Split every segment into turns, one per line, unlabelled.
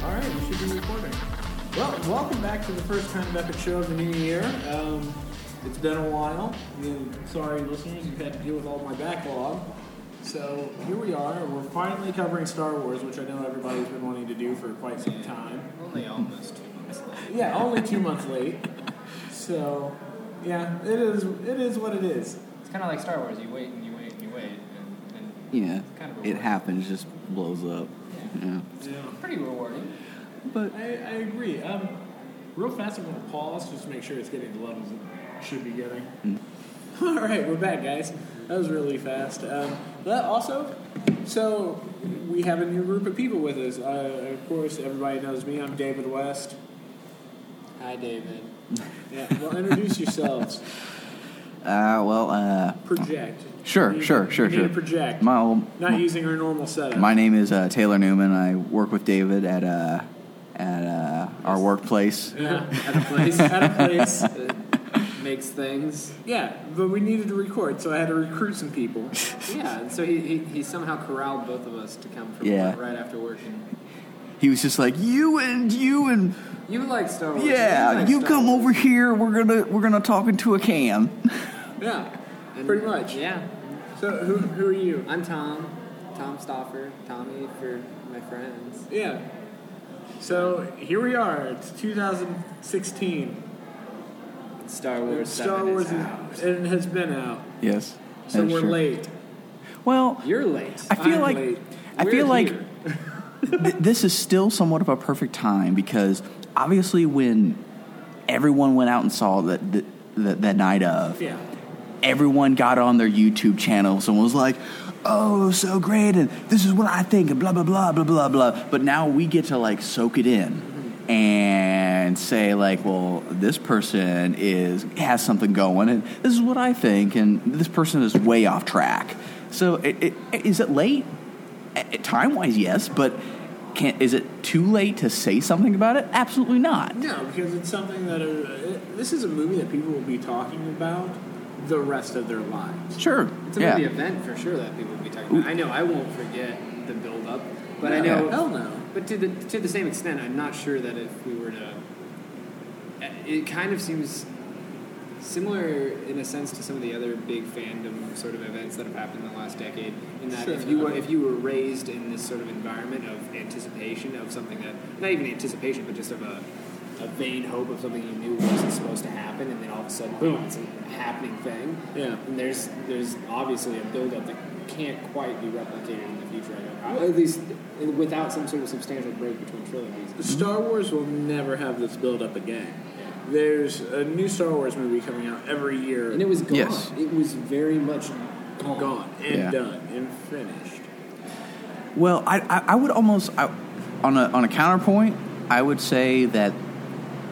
be recording.
Well, welcome back to the first kind of epic show of the new year. Um, it's been a while. You- sorry, listeners, you've had to deal with all my backlog. So here we are. We're finally covering Star Wars, which I know everybody's been wanting to do for quite some time.
Only almost two months late.
Yeah, only two months late. So, yeah, it is. It is what it is.
It's kind of like Star Wars. You wait and you wait and you wait, and, and
Yeah,
Kind of a
it
waste.
happens, just blows up.
Yeah.
Yeah,
Yeah.
it's pretty rewarding.
but
I, I agree. Um, real fast, I'm going to pause just to make sure it's getting the levels it should be getting.
Mm-hmm.
All right, we're back, guys. That was really fast. Um, but also, so we have a new group of people with us. Uh, of course, everybody knows me. I'm David West.
Hi, David.
Yeah, well, introduce yourselves.
uh, well, uh,
Project.
Sure,
You-
sure, sure,
you need to
sure.
project.
my old,
Not
my,
using our normal setup.
my name is uh, Taylor Newman. I work with David at uh, at uh, our workplace.
Yeah.
At a place
At a place.
that makes things.
Yeah, but we needed to record, so I had to recruit some people.
Yeah, and so he, he, he somehow corralled both of us to come from
Yeah.
work right after work. And
He was just like you and you and
you like Star Wars.
yeah,
like
you
Star
come
Wars.
over here. We're gonna we're gonna talk into a cam.
Yeah,
And-
pretty much.
Yeah.
So who, who are you?
I'm Tom. Tom Stoffer. Tommy for my friends.
Yeah. So here we are. It's 2016.
Star
and Star Wars is, and it has been out,
yes,
so
that's
we're
true.
late.
Well,
You're late.
I feel
I'm
like
late.
I
We're
feel like
here.
th- this is still somewhat of a perfect time because obviously when everyone went out and saw the the, the, the night of
Yeah.
everyone got on their YouTube channels and was like, "Oh, so great!" and this is what I think, and blah blah blah blah blah blah. But now we get to like soak it in and say like, "Well, this person is has something going, and this is what I think, and this person is way off track." So, it, it, is it late? Time wise, yes, but. Can, is it too late to say something about it? Absolutely not.
No, because it's something that uh, it, this is a movie that people will be talking about the rest of their lives.
Sure.
It's a
yeah.
movie event for sure that people will be talking about. I know I won't forget the build up, but I
Yeah.
know.
Hell no.
But to the to the same extent, I'm not sure that if we were to, it kind of seems similar in a sense to some of the other big fandom sort of events that have happened in the last decade. In that,
Sure.
if you were if you were raised in this sort of environment of anticipation of something that not even anticipation, but just of a a vain hope of something you knew wasn't supposed to happen, and then all of a sudden, boom, it's a happening thing.
Yeah.
And there's there's obviously a buildup that can't quite be replicated in the future. I don't, at least without some sort of substantial break between trilogies.
Star Wars will never have this build up again. There's a new Star Wars movie coming out every year.
And it was gone.
Yes.
It was very much gone.
gone and
Yeah.
done and finished.
Well, I, I, I would almost I, on a on a counterpoint, I would say that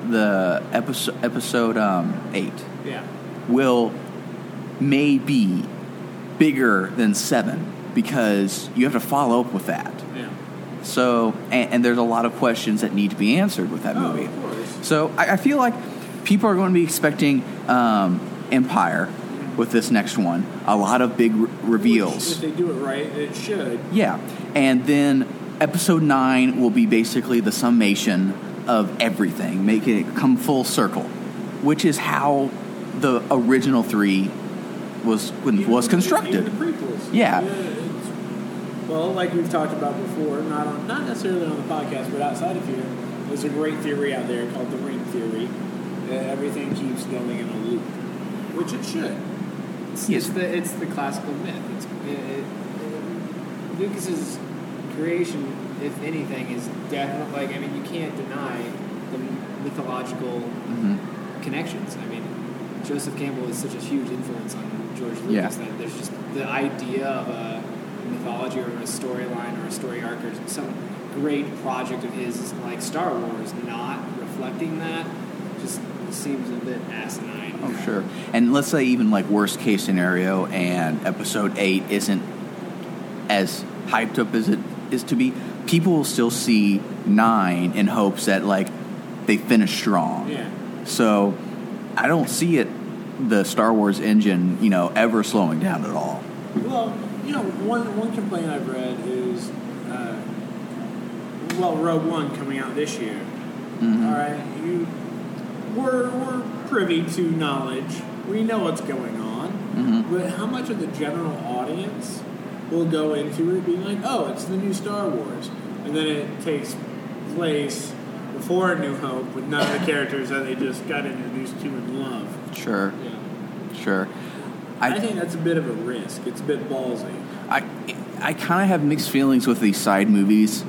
the episode episode um, eight
Yeah.
will may be bigger than seven because you have to follow up with that.
Yeah.
So and, and there's a lot of questions that need to be answered with that
Oh,
movie.
of course.
So I, I feel like people are going to be expecting um, Empire with this next one. A lot of big re- reveals.
Which, if they do it right, it should.
Yeah, and then episode nine will be basically the summation of everything, making it come full circle, which is how the original three was
Even-
was constructed.
Even the prequels.
Yeah.
it's- well, like we've talked about before, not on, not necessarily on the podcast, but outside of here, there's a great theory out there called the ring theory. Uh, everything keeps going in a loop, which it should.
It's,
Yes.
it's the it's the classical myth. It's it, it, Lucas's creation, if anything, is definitely like I mean you can't deny the mythological
Mm-hmm.
connections. I mean, Joseph Campbell is such a huge influence on George Lucas
Yeah.
that there's just the idea of a mythology or a storyline or a story arc or some great project of his, is like Star Wars, not reflecting that just seems a bit asinine.
Oh sure, and let's say even like worst case scenario, and episode eight isn't as hyped up as it is to be. People will still see nine in hopes that like they finish strong.
Yeah.
So I don't see it the Star Wars engine, you know, ever slowing down at all.
Well, you know, one one complaint I've read is uh,
well, Rogue One coming out this year. All right, you we're, we're privy to knowledge. We know what's going on, but how much of the general audience will go into it being like, "Oh, it's the new Star Wars," and then it takes place before A New Hope with none of the characters that they just got introduced to and love.
Sure,
Yeah.
sure.
I, think that's a bit of a risk. It's a bit ballsy.
I, I kind of have mixed feelings with these side movies.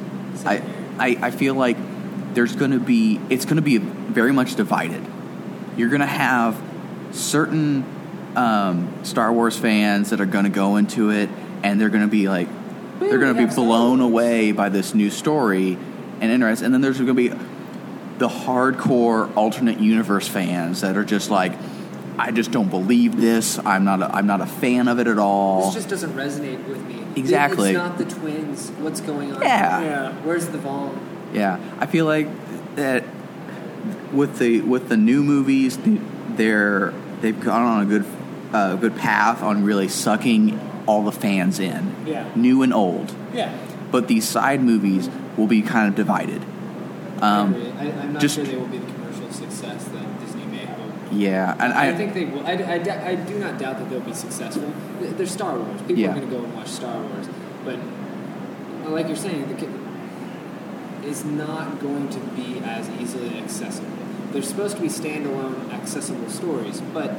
I,
Same
I, I feel like there's going to be it's going to be very much divided. You're going to have certain um, Star Wars fans that are going to go into it, and they're going to be like they're
we
going to be
have Star
blown
Wars.
away by this new story and interest. And then there's going to be the hardcore alternate universe fans that are just like. I just don't believe this. I'm not. A, I'm not a fan of it at all.
This just doesn't resonate with me.
Exactly.
It's not the twins. What's going on?
Yeah.
Yeah.
Where's the Vaughn?
Yeah, I feel like that with the with the new movies, th- they're they've gone on a good uh, good path on really sucking all the fans in,
Yeah.
new and old.
Yeah.
But these side movies will be kind of divided.
I agree. I, I'm not
Um, just-
sure they will be the commercial success that Disney may hope.
Yeah, and I,
I, think they will. I, I, d- I do not doubt that they'll be successful. Th- They're Star Wars. People
Yeah.
are going to go and watch Star Wars. But uh, like you're saying, the ki- it's not going to be as easily accessible. They're supposed to be standalone, accessible stories, but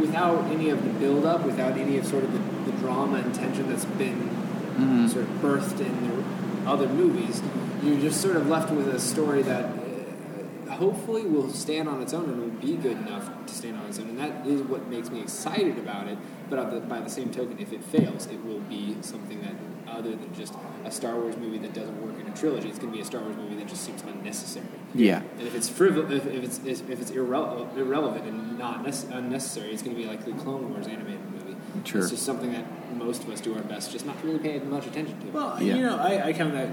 without any of the build-up, without any of sort of the, the drama and tension that's been
Mm-hmm.
sort of birthed in the other movies, you're just sort of left with a story that uh, hopefully will stand on its own and will be good enough to stand on its own. And that is what makes me excited about it. But of the, by the same token, if it fails, it will be something that other than just a Star Wars movie that doesn't work in a trilogy, it's going to be a Star Wars movie that just seems unnecessary.
yeah,
And if it's frivol, if, if it's if if it's irrelevant, irrelevant and not nece- unnecessary, it's going to be like the Clone Wars animated movie.
Sure.
It's just something that most of us do our best, just not to really pay much attention to.
Well,
Yeah.
you know, I, I count that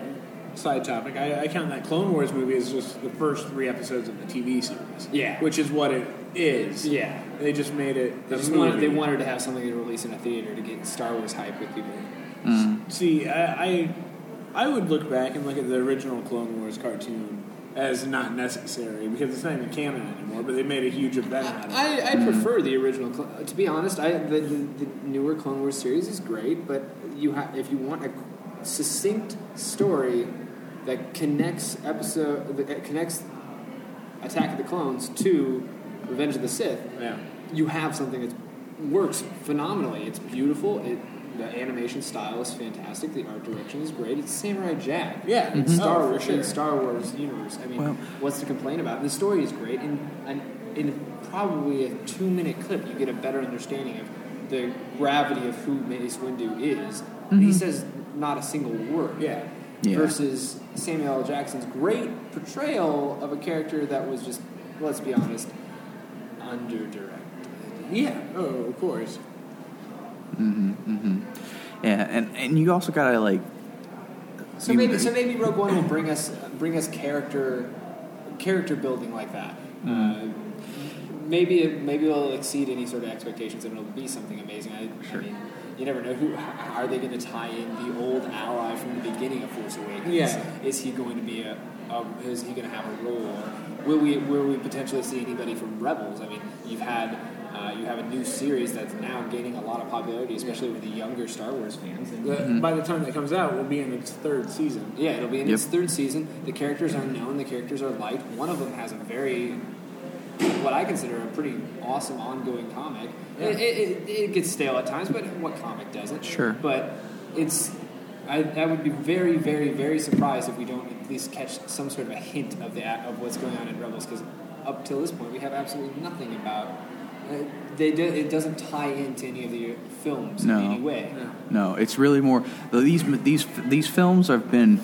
side topic. I, I count that Clone Wars movie as just the first three episodes of the TV series.
Yeah.
which is what it is.
yeah.
they just made it.
They
a
just wanted,
movie.
they wanted to have something to release in a theater to get Star Wars hype with people.
See, I, I, I would look back and look at the original Clone Wars cartoon as not necessary because it's not even canon anymore. But they made a huge event out of it.
I, I prefer the original. Cl- to be honest, I, the, the, the newer Clone Wars series is great, but you ha- if you want a succinct story that connects episode that connects Attack of the Clones to Revenge of the Sith,
Yeah.
you have something that works phenomenally. It's beautiful. It the animation style is fantastic. The art direction is great. It's Samurai Jack.
Yeah.
It's Mm-hmm. Star
Oh, for
Wars
sure.
in Star Wars universe. I mean,
Well-
what's to complain about? The story is great, and, and in probably a two-minute clip, you get a better understanding of the gravity of who Mace Windu is. And He says not a single word.
Mm-hmm. Yeah.
Yeah.
Versus Samuel L. Jackson's great portrayal of a character that was just, let's be honest, under directed.
Yeah. Oh, of course.
mm-hmm, yeah, and and you also gotta like
So
You-
maybe so maybe Rogue One will bring us bring us character character building like that. Uh, maybe it, maybe it'll exceed any sort of expectations and it'll be something amazing. I, I mean, you never know who h- are they going to tie in the old ally from the beginning of Force Awakens.
Yeah.
is he going to be a, a is he going to have a role? Will we will we potentially see anybody from Rebels? I mean, you've had. Uh, you have a new series that's now gaining a lot of popularity, especially with the younger Star Wars fans. And
The- By the time that comes out, we'll be in its third season.
yeah, it'll be in
Yep.
its third season. The characters are known, the characters are liked. One of them has a very, what I consider a pretty awesome ongoing comic. It, it, it, it gets stale at times, but what comic doesn't?
Sure.
But it's, I, I would be very, very, very surprised if we don't at least catch some sort of a hint of the of what's going on in Rebels, because up till this point we have absolutely nothing about. Uh, they do, it doesn't tie into any of the uh, films
No.
in any way.
No, it's really more these these these films have been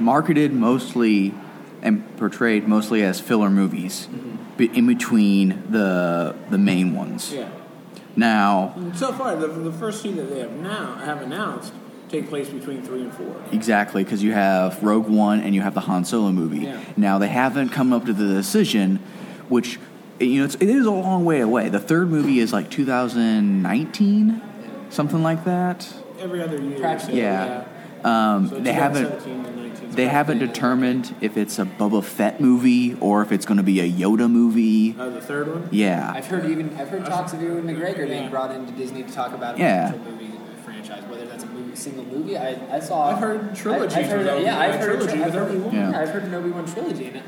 marketed mostly and portrayed mostly as filler movies, but in between the the main ones.
Mm-hmm. Yeah.
Now,
So far, the, the first two that they have now have announced take place between three and four.
exactly because you have Rogue One and you have the Han Solo movie.
Yeah.
Now they haven't come up to the decision, which you know it's, it is a long way away. The third movie is like 2019, something like that.
Every other year.
Practically,
so,
Yeah. Um,
So
they haven't.
2017 and It's
They
about
haven't
the-
determined if it's a Boba Fett movie or if it's going to be a Yoda movie.
Uh, the third one.
Yeah.
I've heard even I've heard talks of Ewan McGregor being
Yeah.
brought into Disney to talk about a
Yeah.
potential movie franchise, whether that's a movie, single movie. I, I saw.
I've heard trilogies
I, have heard,
with
yeah,
Obi-Wan,
I've heard
trilogy
I've
with
heard,
Obi-Wan.
Yeah.
I've heard an Obi Wan trilogy, and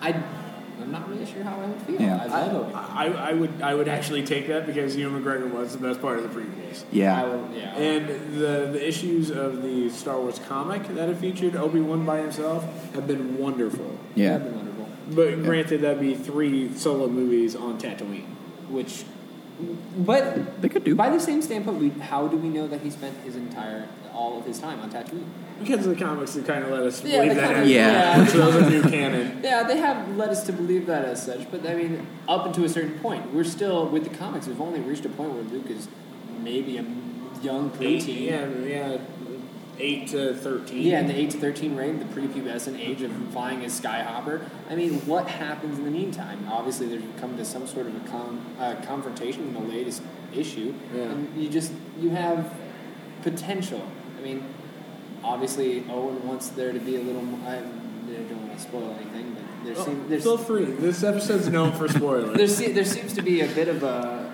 I, I'm not really sure how I would feel.
Yeah.
I love Obi. Wan.
I, I would I would actually take that because Ewan McGregor was the best part of the prequels.
I
Yeah.
would, yeah.
And the, the issues of the Star Wars comic that it featured Obi Wan by himself have been wonderful.
Yeah.
That'd be wonderful.
But granted, that'd be three solo movies on Tatooine, which
But
They could do.
by the same standpoint, we, how do we know that he spent his entire all of his time on Tatooine?
because the comics have kind of let us
Yeah,
believe
the
that.
comics-
Yeah.
yeah.
So those are new canon.
Yeah, they have led us to believe that as such, but I mean, up until a certain point, we're still with the comics. We've only reached a point where Luke is maybe a young
Eight,
preteen.
yeah, yeah, eight to thirteen.
Yeah, in the eight to thirteen range, the prepubescent age of flying as skyhopper. I mean, what happens in the meantime? Obviously, there's come to some sort of a com- uh, confrontation in the latest issue,
Yeah.
and you just you have potential. I mean, obviously, Owen wants there to be a little. mo- I I don't want to spoil anything, but there
Oh,
seem, there's
feel free. This episode's known for spoilers.
there, se- there seems to be a bit of a.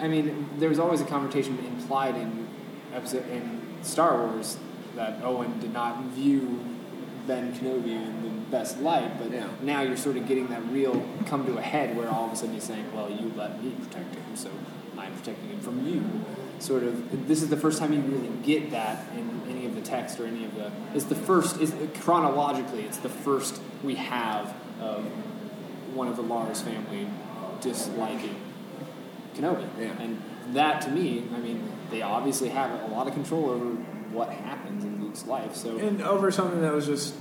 I mean, there was always a confrontation implied in episode in Star Wars that Owen did not view Ben Kenobi in the best light, but
Yeah.
now you're sort of getting that real come to a head where all of a sudden he's saying, "Well, you let me protect him, so I'm protecting him from you." Sort of. This is the first time you really get that in any of the text or any of the. It's the first. It's, chronologically, it's the first we have of one of the Lars family disliking Kenobi.
Yeah.
And that to me, I mean, they obviously have a lot of control over what happens in Luke's life. So
and over something that was just,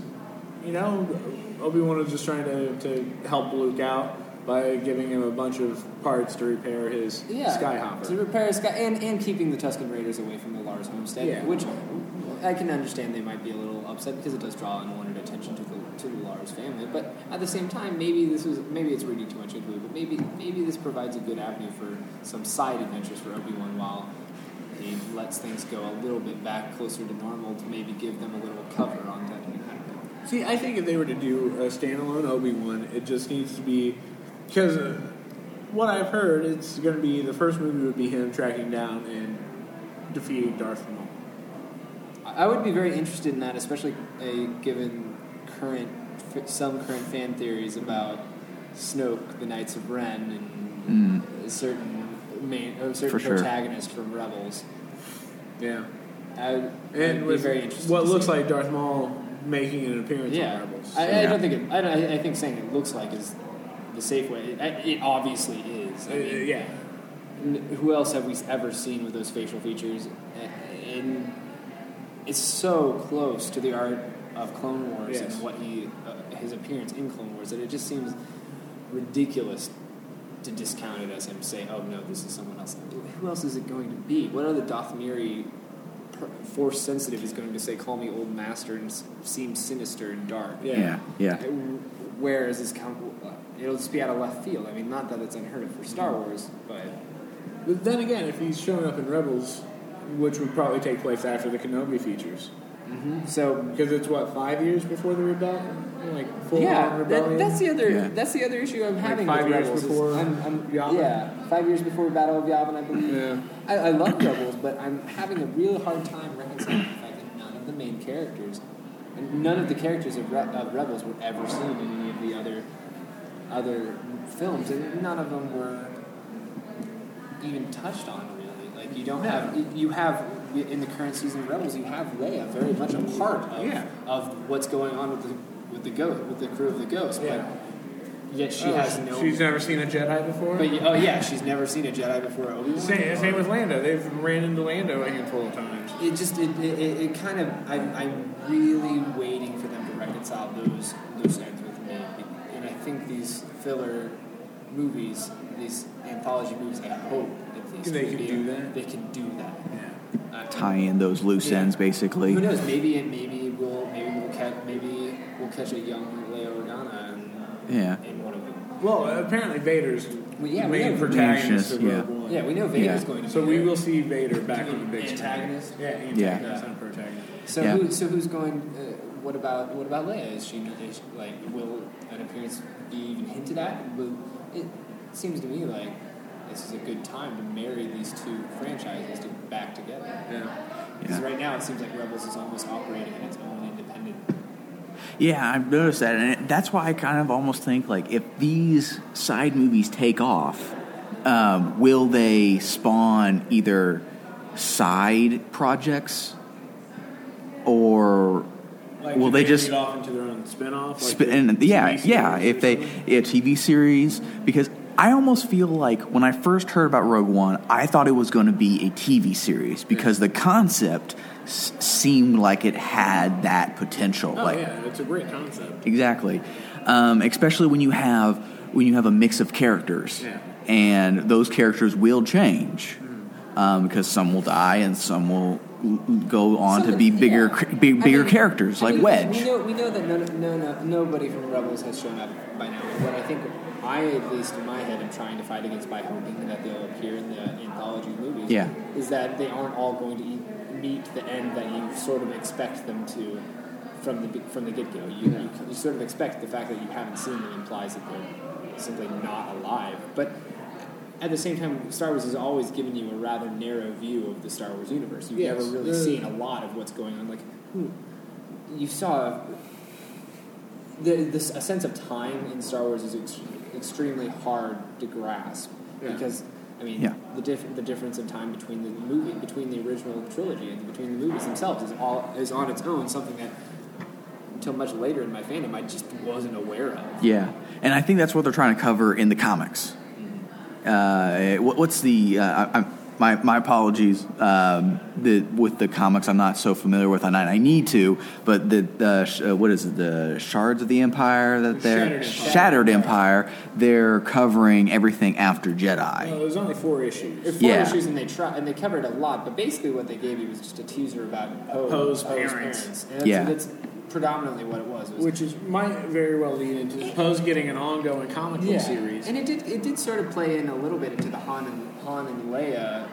you know, Obi Wan was just trying to, to help Luke out by giving him a bunch of parts to repair his
yeah, to
Skyhopper.
repair Sky and and keeping the Tuscan Raiders away from the Lars homestead,
Yeah.
which I can understand they might be a little upset because it does draw unwanted attention to the to the Lars family. But at the same time, maybe this was maybe it's reading too much into it, but maybe maybe this provides a good avenue for some side adventures for Obi Wan while he lets things go a little bit back closer to normal to maybe give them a little cover on that. I don't know.
See, I think if they were to do a standalone Obi Wan, it just needs to be because uh, what I've heard, it's going to be the first movie would be him tracking down and defeating Darth Maul.
I I would be very interested in that, especially uh, given current f- some current fan theories about Snoke, the Knights of Ren, and a certain main, a certain
Mm. For sure.
protagonist from Rebels.
Yeah,
I would I'd
and
be
with
very interested.
what
to see
looks
it.
like Darth Maul making an appearance
yeah,
on Rebels.
I, I
Yeah.
don't think it, I, don't- I I think saying it looks like is the safe way. It, it obviously is. I
Uh,
mean,
yeah.
N- who else have we ever seen with those facial features? A- And it's so close to the art of Clone Wars
Yes.
and what he, uh, his appearance in Clone Wars, that it just seems ridiculous to discount it as him saying, "Oh no, this is someone else." Who else is it going to be? What other Dothmiri per- force sensitive is going to say, "Call me old master," and s- seem sinister and dark?
Yeah.
Yeah. Yeah.
It- Where is this? Com- it'll just be out of left field. I mean, not that it's unheard of for Star
Mm-hmm.
Wars, but.
But then again, if he's showing up in Rebels, which would probably take place after the Kenobi features, Mm-hmm.
So
because it's what five years before the rebellion, like full
yeah, that,
rebellion.
that's the other
Yeah.
that's the other issue I'm having.
five
with
years
Rebels is
before
I'm, I'm,
Yavin?
yeah, five years before Battle of Yavin, I believe.
Yeah.
I, I love Rebels, but I'm having a real hard time reconciling the fact that none of the main characters, and none of the characters of, Re- of Rebels were ever seen in any of the other other films, and none of them were even touched on really. Like you don't have you- you have in the current season of Rebels, you have Leia very much a part of,
Yeah.
of what's going on with the with the ghost with the crew of the ghost,
Yeah.
but yet she
Oh,
has no.
She's never seen a Jedi before.
but oh yeah, she's never seen a Jedi before. Obi Wan.
same, same with Lando. They've ran into Lando a handful of times.
It just it, it, it, it kind of I, I'm really waiting for them to reconcile those those ends with me, and I think these filler movies, these anthology movies, I hope at least
They
will
can
be-
do that.
They can do that.
Yeah.
Uh,
Tie in those loose
Yeah.
ends, basically.
Who knows? Maybe it. Maybe we'll. Maybe we'll catch. Maybe we'll catch a young Leia Organa in,
Yeah.
in one of them.
Well, apparently Vader's
Well, yeah, we
main
know-
protagonist
Anxious,
of
yeah.
Rogue One.
Yeah, we know Vader's
Yeah.
going to.
So
be
we
there.
will see Vader back on the big screen.
antagonist.
Yeah,
Yeah.
antagonist, not protagonist.
So
Yeah.
who? So who's going? Uh, what about what about Leia? Is she, is she- like will an appearance be even hinted at? Will, it seems to me like this is a good time to marry these two franchises to back together.
Yeah.
Yeah.
Because right now it seems like Rebels is almost operating in its own independent.
Yeah, I've noticed that, and it, that's why I kind of almost think like if these side movies take off, um, will they spawn either side projects or
Like,
will
do
they just
lead off into their own spin-off? Like
Sp- and
the
yeah,
TV
yeah.
series
If
or
they
something?
yeah, TV series, because I almost feel like when I first heard about Rogue One, I thought it was going to be a TV series because the concept s- seemed like it had that potential.
oh
like
yeah, it's a great concept.
exactly, um, especially when you have when you have a mix of characters,
Yeah.
and those characters will change
Hmm.
um, because some will die and some will l- l- go on to
Something-
be bigger,
yeah.
cr- big,
I
bigger
mean-
characters
I
like
mean,
Wedge.
We know, we know that none, of- no, no, nobody from Rebels has shown up by now. What I think I, at least in my head, am trying to fight against by hoping that they'll appear in the anthology movies
Yeah.
is that they aren't all going to eat, meet the end that you sort of expect them to from the be- from the get go. You, you, you sort of expect the fact that you haven't seen them implies that they're simply not alive. But at the same time, Star Wars has always given you a rather narrow view of the Star Wars universe. You've
Yes.
never really
Uh,
seen a lot of what's going on. Like, who you saw the, this a sense of time in Star Wars is ex- extremely hard to grasp
Yeah.
because I mean
Yeah.
the diff- the difference in time between the movie between the original trilogy and between the movies themselves is all is on its own something that until much later in my fandom I just wasn't aware of.
Yeah, and I think that's what they're trying to cover in the comics. Uh, what, what's the? Uh, I, I'm- my my apologies. Um, the with the comics, I'm not so familiar with, and I, I need to. But the, the sh- uh, what is it? The shards of the empire that
Shattered
they're
Empire.
shattered empire. They're covering everything after
Well,
Jedi.
there's only four issues.
There were four
Yeah.
issues and they tried and they covered a lot, but basically what they gave you was just a teaser about Poe
Poe's
Poe's
parents.
And that's,
Yeah.
that's predominantly what it was. It was
Which is might very well lead into Poe's getting an ongoing comic book series.
And it did it did sort of play in a little bit into the Han and Han and Leia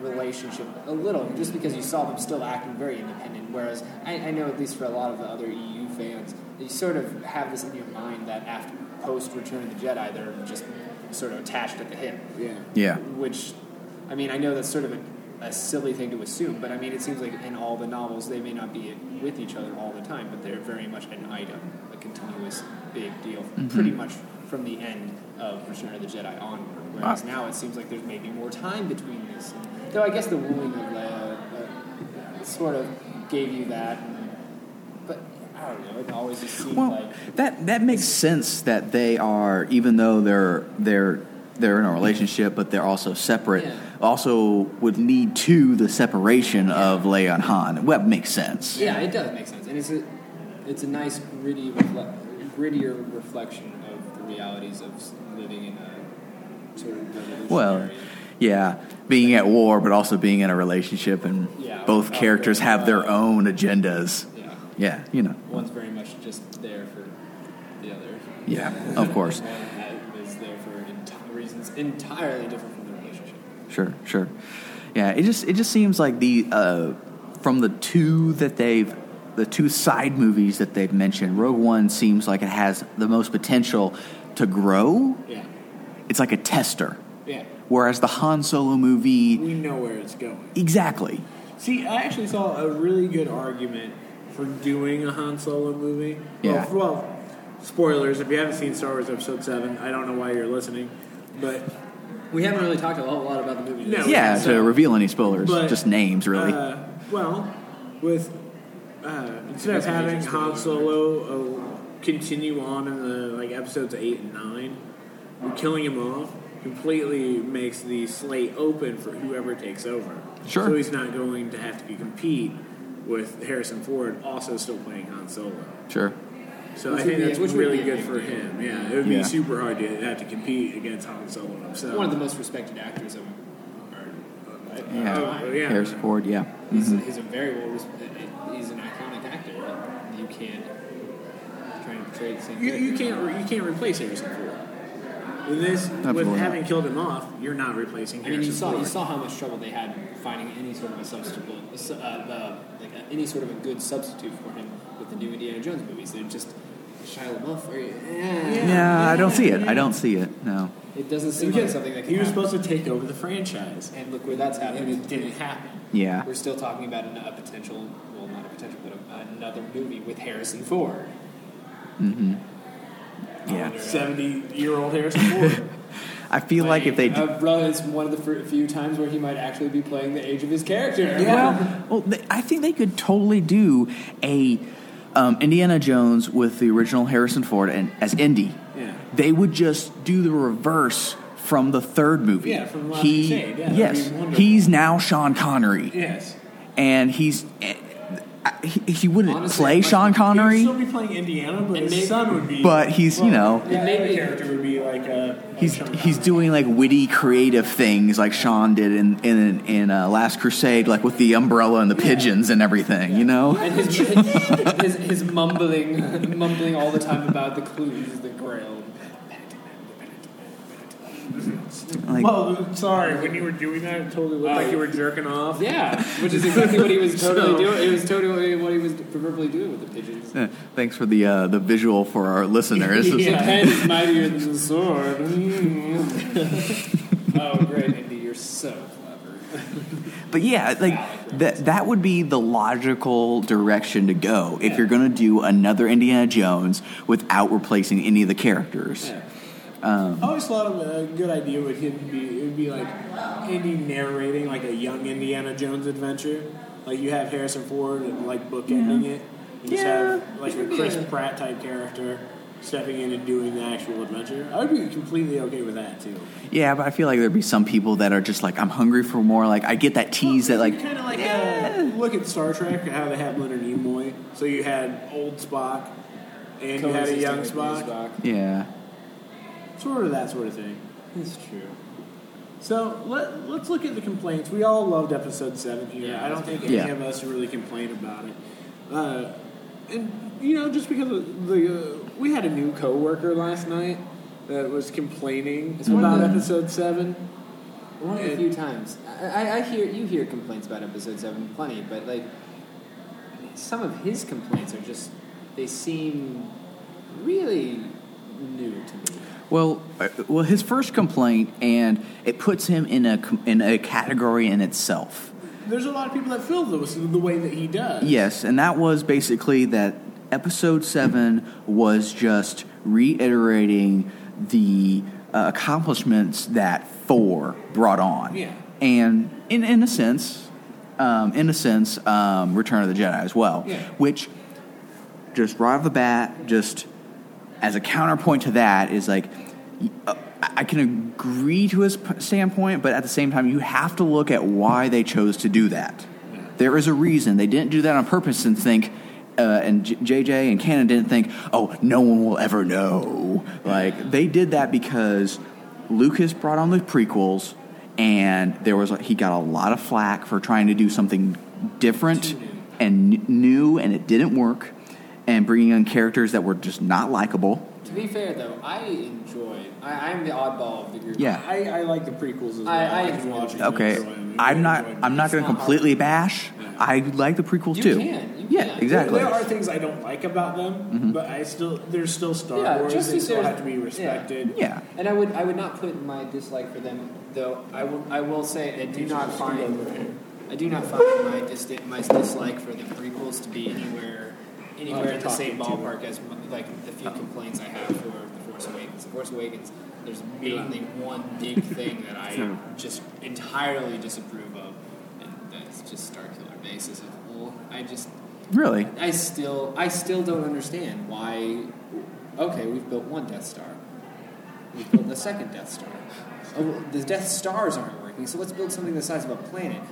relationship a little, just because you saw them still acting very independent. Whereas I, I know at least for a lot of the other EU fans, you sort of have this in your mind that after post Return of the Jedi, they're just sort of attached at the hip.
Yeah.
Yeah,
Which, I mean, I know that's sort of a, a silly thing to assume, but I mean, it seems like in all the novels, they may not be with each other all the time, but they're very much an item, a continuous big deal,
Mm-hmm.
pretty much from the end of Return of the Jedi onward. Whereas
Ah.
now it seems like there's maybe more time between these. Though I guess the wooing of Leia uh, sort of gave you that, but I don't know, it always just seemed
Well,
like.
that that makes sense that they are, even though they're they're they're in a relationship, but they're also separate.
Yeah.
Also, would lead to the separation of Leia and Han. Well, that makes sense.
Yeah, it does make sense, and it's a it's a nice gritty refle- grittier reflection of the realities of s- living in a sort of revolutionary.
Well, yeah, being at war, but also being in a relationship, and
Yeah.
both characters have their own agendas.
yeah,
Yeah, you know.
one's very much just there for the other.
Yeah, of course.
And one is there for enti- reasons entirely different from the relationship.
Sure, sure. Yeah, it just it just seems like the uh, from the two that they've the two side movies that they've mentioned, Rogue One seems like it has the most potential to grow.
Yeah.
It's like a tester,
Yeah.
whereas the Han Solo movie,
We know where it's going.
exactly.
See, I actually saw a really good argument for doing a Han Solo movie.
Yeah.
Well, well, spoilers. If you haven't seen Star Wars Episode Seven, I don't know why you're listening, but
We haven't really talked a whole lot about the movie.
No.
Yeah,
so-
to reveal any spoilers,
But,
just names really.
Uh, well, with uh, instead of having Han Solo uh, continue on in the like episodes eight and nine, killing him off completely makes the slate open for whoever takes over.
Sure.
So he's not going to have to compete with Harrison Ford also still playing Han Solo.
sure.
So
Which
I
would
think
be-
that's
which would
really
be a
good
big
for
deal.
him. Yeah, it would
Yeah.
be super hard to have to compete against Han Solo himself.
One of the most respected actors of our, our
Yeah.
Oh, yeah.
Harrison Ford. Yeah.
He's, he's a very well. res- uh, uh, He's an iconic actor. Like, You can't try and portray the same.
you,
thing.
you can't re- you can't replace Harrison Ford. With this,
Absolutely
with
not.
having killed him off, you're not replacing.
I mean, you
Harrison
saw you
Ford.
saw how much trouble they had finding any sort of a substitute, uh, su- uh, the, like uh, any sort of a good substitute for him with the new Indiana Jones movies. They're just Shia LaBeouf. Or, eh,
Yeah, I don't see it. I don't see it. No.
It doesn't seem like
Because
something that can
he was
happen.
supposed to take over the franchise,
And look where that's
and
happened.
it didn't happen.
Yeah.
We're still talking about an, a potential, well, not a potential, but a, another movie with Harrison Ford.
hmm Yeah.
Seventy-year-old Harrison Ford.
I feel like if they d-
uh, bro, it's one of the fir- few times where he might actually be playing the age of his character.
Well, well, th- I think they could totally do a um, Indiana Jones with the original Harrison Ford and as Indy.
Yeah.
They would just do the reverse from the third movie.
Yeah, from Last
he,
Crusade. Yeah, that'd
yes,
be wonderful.
he's now Sean Connery,
yes.
and he's eh, I- he, he wouldn't
Honestly,
play
like,
Sean
He
Connery,
would still be playing Indiana, but
And
his
maybe-
son would be.
but he's you know
yeah,
And maybe-
the character would be like a.
He's
Sean
he's
Connery.
doing like witty, creative things like Sean did in in in uh, Last Crusade, like with the umbrella and the pigeons and everything. You know,
And his, his, his mumbling, mumbling all the time about the clues, the grail.
like
Well, sorry. When you were doing that, it totally looked
Oh.
like you were jerking off.
Yeah, which is exactly what he was totally
So-
doing. It was totally what he was proverbially doing with the pigeons.
eh, thanks for the uh, the visual for our listeners.
The pen is mightier than the sword. Mm. oh, great, Indy, you're so clever.
But yeah, like that that would be the logical direction to go if you're going to do another Indiana Jones without replacing any of the characters.
I always thought of a good idea would him be it would be like Indy narrating like a young Indiana Jones adventure. Like you have Harrison Ford and like bookending it. You just have like a Chris Pratt type character stepping in and doing the actual adventure. I would be completely okay with that too.
Yeah, but I feel like there'd be some people that are just like, I'm hungry for more. Like I get that tease that like
kind of like uh, look at Star Trek and how they have Leonard Nimoy. So you had old Spock and you had a young Spock,
yeah.
sort of that sort of thing.
It's true.
So let, let's look at the complaints. We all loved episode seven here. I don't think any
Yeah.
of us really complained about it. Uh, and you know, just because of the uh, we had a new coworker last night that was complaining
one
about
of the-
episode seven.
One of the few times I, I, I hear you hear complaints about episode seven plenty, but like some of his complaints are just they seem really new to me.
Well, uh, well, his first complaint, and it puts him in a com- in a category in itself.
There's a lot of people that feel the, the way that he does.
Yes, and that was basically that episode seven was just reiterating the uh, accomplishments that Thor brought on.
Yeah.
and in in a sense, um, in a sense, um, Return of the Jedi as well.
Yeah.
which just right off the bat, just as a counterpoint to that is like y- uh, I I can agree to his p- standpoint, but at the same time, you have to look at why they chose to do that. There is a reason they didn't do that on purpose and think. Uh, and J- JJ and Cannon didn't think, oh, no one will ever know. Like they did that because Lucas brought on the prequels, and there was he got a lot of flack for trying to do something different and n- new, and it didn't work and bringing in characters that were just not likable.
To be fair, though, I enjoy. I, I'm the oddball of the group.
Yeah.
I, I like the prequels as well.
I- I
can watch it.
Okay,
Enjoy them.
I'm not.
Enjoy them.
I'm not going to completely bash. I like the prequels
You
too.
can, you
yeah,
can.
exactly.
There, there are things I don't like about them, but I still there's still Star
Yeah,
Wars.
just
They
as
still
there's-
have to be
yeah.
respected.
Yeah,
And I would I would not put my dislike for them though. I will I will say I do not find I do not find my dis- my dislike for the prequels to be anywhere anywhere in the same ballpark as like the few complaints I have for the Force Awakens. The Force Awakens, there's mainly one big thing that I just entirely disapprove of, and that's just Starkiller Base as a whole. I just
really.
I still I still don't understand why. Okay, we've built one Death Star. We've built the second Death Star. Oh, well, the Death Stars aren't working, so let's build something the size of a planet,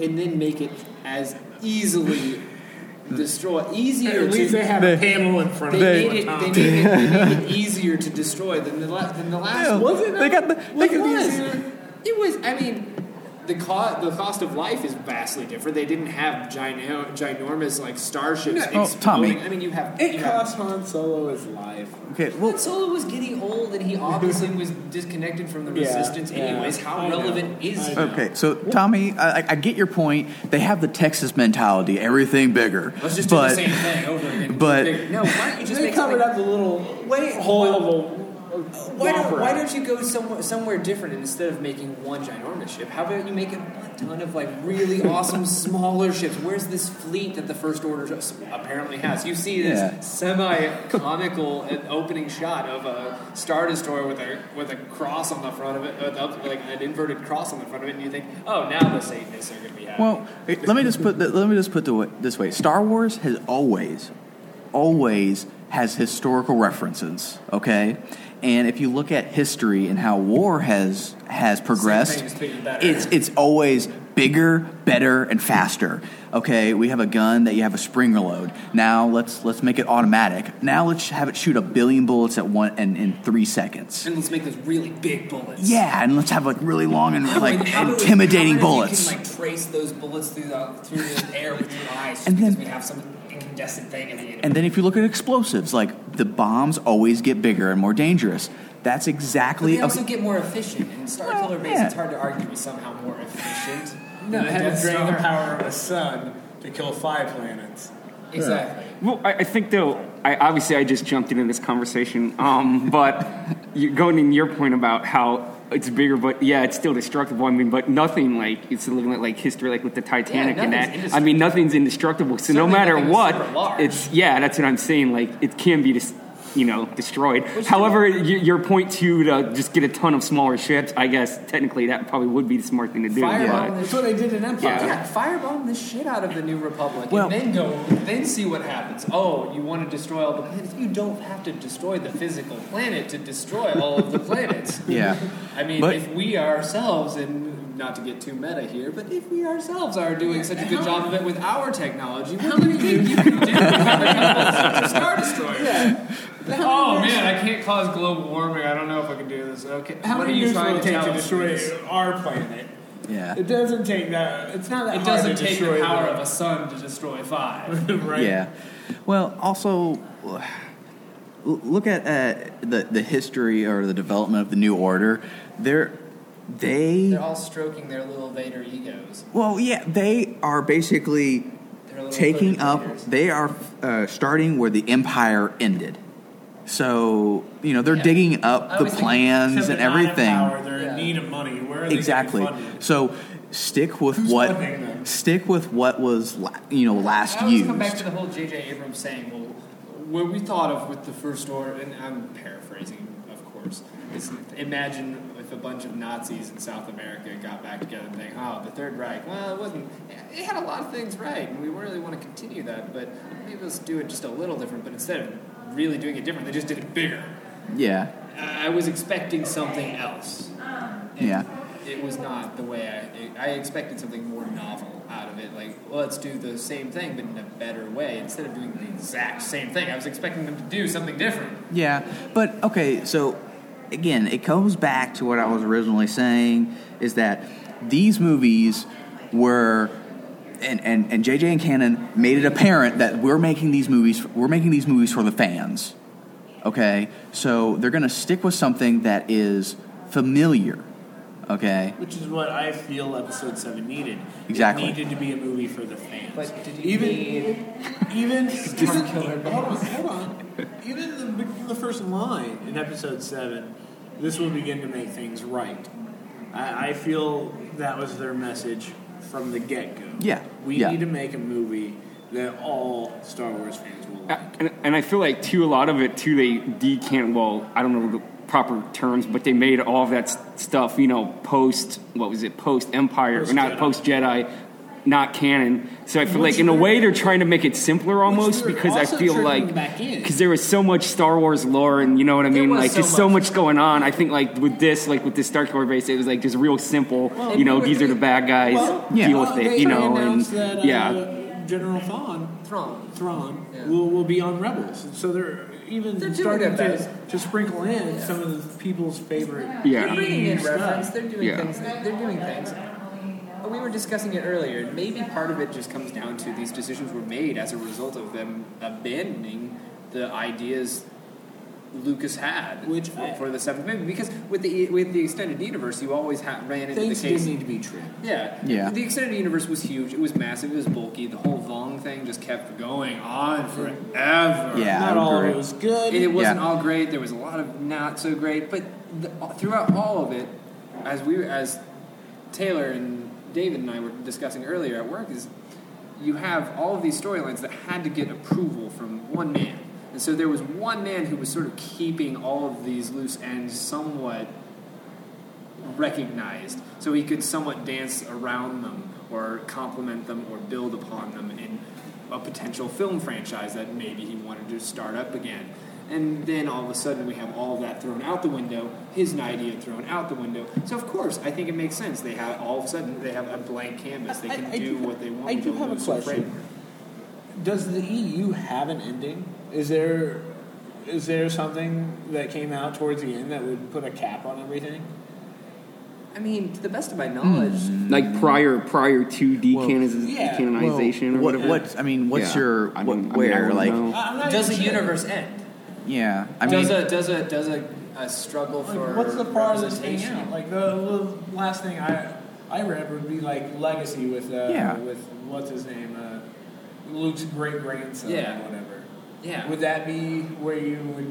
and then make it as easily destroy easier.
At least
to,
they have a panel in front
they
of
made
them.
it. They made it, they made it easier to destroy than the la- than the last.
Yeah,
one.
they got the- they
It
got the
was.
easier-
It was. I mean, the cost the cost of life is vastly different. They didn't have gino- ginormous like starships.
oh,
exploding.
Tommy.
I mean, you have.
It
you have-
cost Han Solo his life.
Okay,
Han
well,
Solo was getting old, and he obviously was disconnected from the
Yeah,
resistance.
yeah.
Anyways, how
I know.
relevant is
I
he?
know.
okay. So Tommy, I, I- I get your point. They have the Texas mentality, everything bigger.
Let's just
but,
do the same thing over again.
but-
no, why don't you just
They
make
covered
something?
up the little
Wait,
hole
why-
of a. a
Why don't,
whopper.
why don't you go somewhere somewhere different and instead of making one ginormous ship? How about you make a butt ton of like really awesome smaller ships? Where's this fleet that the First Order just apparently has? You see this
Yeah.
semi-comical and opening shot of a Star Destroyer with a with a cross on the front of it, with a- like an inverted cross on the front of it, and you think, oh, now the Satanists are going to be happy.
Well, it- let me just put the, let me just put the, wa- this way: Star Wars has always, always has historical references. Okay, and if you look at history and how war has has
thing
progressed,
is bigger, better.
it's it's always bigger, better, and faster. Okay, we have a gun that you have a springer load. Now let's let's make it automatic. Now let's have it shoot a billion bullets at one and in three seconds.
and let's make those really big bullets.
Yeah, and let's have like really long and like
How about-
intimidating
how about if
bullets.
You can like trace those bullets through the through the air with your eyes,
And
and because
then-
we have some incandescent thing at the end.
And then if you look at explosives, like the bombs always get bigger and more dangerous. That's
but
exactly
they also get more efficient. And Star
Well,
Killer Base,
yeah.
it's hard to argue is somehow more efficient.
No,
than
it
the
had
Death
to drain the
Star.
power of the sun to kill five planets.
Exactly.
Well, I, I think though, I, obviously I just jumped into this conversation, um, but you, going in your point about how it's bigger, but yeah, it's still destructible. I mean, but nothing like it's looking at like history, like with the Titanic and
nothing's
that. I mean, nothing's indestructible. So no
Certainly
matter
nothing is
what,
super large.
it's yeah, that's what I'm saying. Like it can be just. You know, destroyed. However, y- your point to uh, just get a ton of smaller ships, I guess technically that probably would be the smart thing to do.
Fireball
but-
That's what they did in Empire.
Yeah.
Yeah, firebomb the shit out of the New Republic,
Well-
and then go, then see what happens. Oh, you want to destroy all the planets? You don't have to destroy the physical planet to destroy all of the planets.
Yeah.
I mean,
But-
if we ourselves, and not to get too meta here, but if we ourselves are doing such a good job of it with our technology, what do you think you can do with a couple of Star Destroyers? Oh man, I can't cause global warming. I don't know if I can do this. Okay,
How
what
many
are you
years
trying
will it
to
take
tell
to
us?
destroy our planet?
yeah,
It doesn't take that. It's not that
It
hard
doesn't
to
take the
destroy
power of a sun to destroy five.
the- right?
yeah. Well, also l- look at uh, the the history or the development of the New Order. They're they
They're all stroking their little Vader egos.
Well, yeah, they are basically
They're little
taking
Vader
up.
Vaders.
They are uh, starting where the empire ended. So you know they're
Yeah.
digging up
I
the
always think-
plans and
Except they're not in power,
everything.
They're
Yeah.
in need of money. Where are they
Exactly.
Getting funded?
So stick with
Who's
what
funding them?
stick with what was la- you know last
I always
used.
come back to the whole J.J. Abrams saying, well, what we thought of with the first order, and I'm paraphrasing, of course, is imagine if a bunch of Nazis in South America got back together and think, oh, the Third Reich, well, it wasn't, it had a lot of things right, and we really want to continue that, but maybe let's do it just a little different, but instead of really doing it different, they just did it bigger.
yeah,
I I was expecting something else. And
Yeah.
It was not the way I. I expected something more novel out of it. Like, well, let's do the same thing, but in a better way. Instead of doing the exact same thing, I was expecting them to do something different.
yeah. But okay, so again, it comes back to what I was originally saying is that these movies were and and and JJ and Cannon made it apparent that we're making these movies we're making these movies for the fans. Okay? So they're going to stick with something that is familiar. Okay?
Which is what I feel Episode Seven needed.
Exactly.
It needed to be a movie for the fans.
But did you
even
need-
even even- hold on, hold on. Even the, the first line in Episode Seven, this will begin to make things right. I, I feel that was their message from the get go.
Yeah,
we
yeah.
need to make a movie that all Star Wars fans will like.
Uh, and, and I feel like too a lot of it too they decant well I don't know the proper terms but they made all of that s- stuff you know post what was it post Empire or not
Post-Jedi.
post Jedi not canon so I feel like in a way they're trying to make it simpler almost
they're
because I
also
feel
trickling
like
back in.
because there was so much Star Wars lore and you know what I
There
mean
was
like
so
just so
much.
much going on I think like with this like with this Star Killer base it was like just real simple you know
they-
these are the bad guys
Well,
yeah.
deal
well,
with it
they
you know and
announced that, uh,
yeah
General Thawne
Thrawn.
Thrawn
Yeah.
will, will be on Rebels. So they're even
They're doing
starting
their
to, to sprinkle in some of the people's favorite
Yeah.
They're bringing in
stuff.
reference. They're doing
Yeah.
things. They're doing things. we were discussing it earlier, and maybe part of it just comes down to these decisions were made as a result of them abandoning the ideas Lucas had
Which
for,
I-
for the seventh movie. Because with the with the extended universe, you always ha- ran into
Things
the
didn't
case.
need to be trimmed.
Yeah.
Yeah.
The extended universe was huge. It was massive. It was bulky. The whole Vong thing just kept going on forever.
Yeah,
Not
I
all of
agree.
it was good.
And it wasn't
Yeah.
all great. There was a lot of not so great. But the, throughout all of it, as we as Taylor and David and I were discussing earlier at work, is you have all of these storylines that had to get approval from one man. And so there was one man who was sort of keeping all of these loose ends somewhat recognized, so he could somewhat dance around them or complement them or build upon them in a potential film franchise that maybe he wanted to start up again. And then all of a sudden, we have all of that thrown out the window. His idea thrown out the window. So of course, I think it makes sense. They have all of a sudden they have a blank canvas. They
I-
can
I
do
do-
what they want.
I
They
do
don't
have a
lose their
question.
framework.
Does the EU have an ending? Is there is there something that came out towards the end that would put a cap on everything?
I mean, to the best of my knowledge,
Mm-hmm.
Like prior prior to
Well,
decaniz-
yeah.
decanonization or
what,
whatever.
what? I mean, what's
Yeah.
your
I
what,
mean- I mean, I
where?
don't
like,
know.
I- I'm not
does
even
the
sure.
universe end?
yeah. I mean,
does a does a does a, a struggle
Like,
for
what's the part of this thing
representation?
out? Like the, the last thing I I read would be like Legacy with uh,
Yeah.
with what's his name uh, Luke's great grandson
Yeah.
or whatever.
Yeah.
Would that be where you would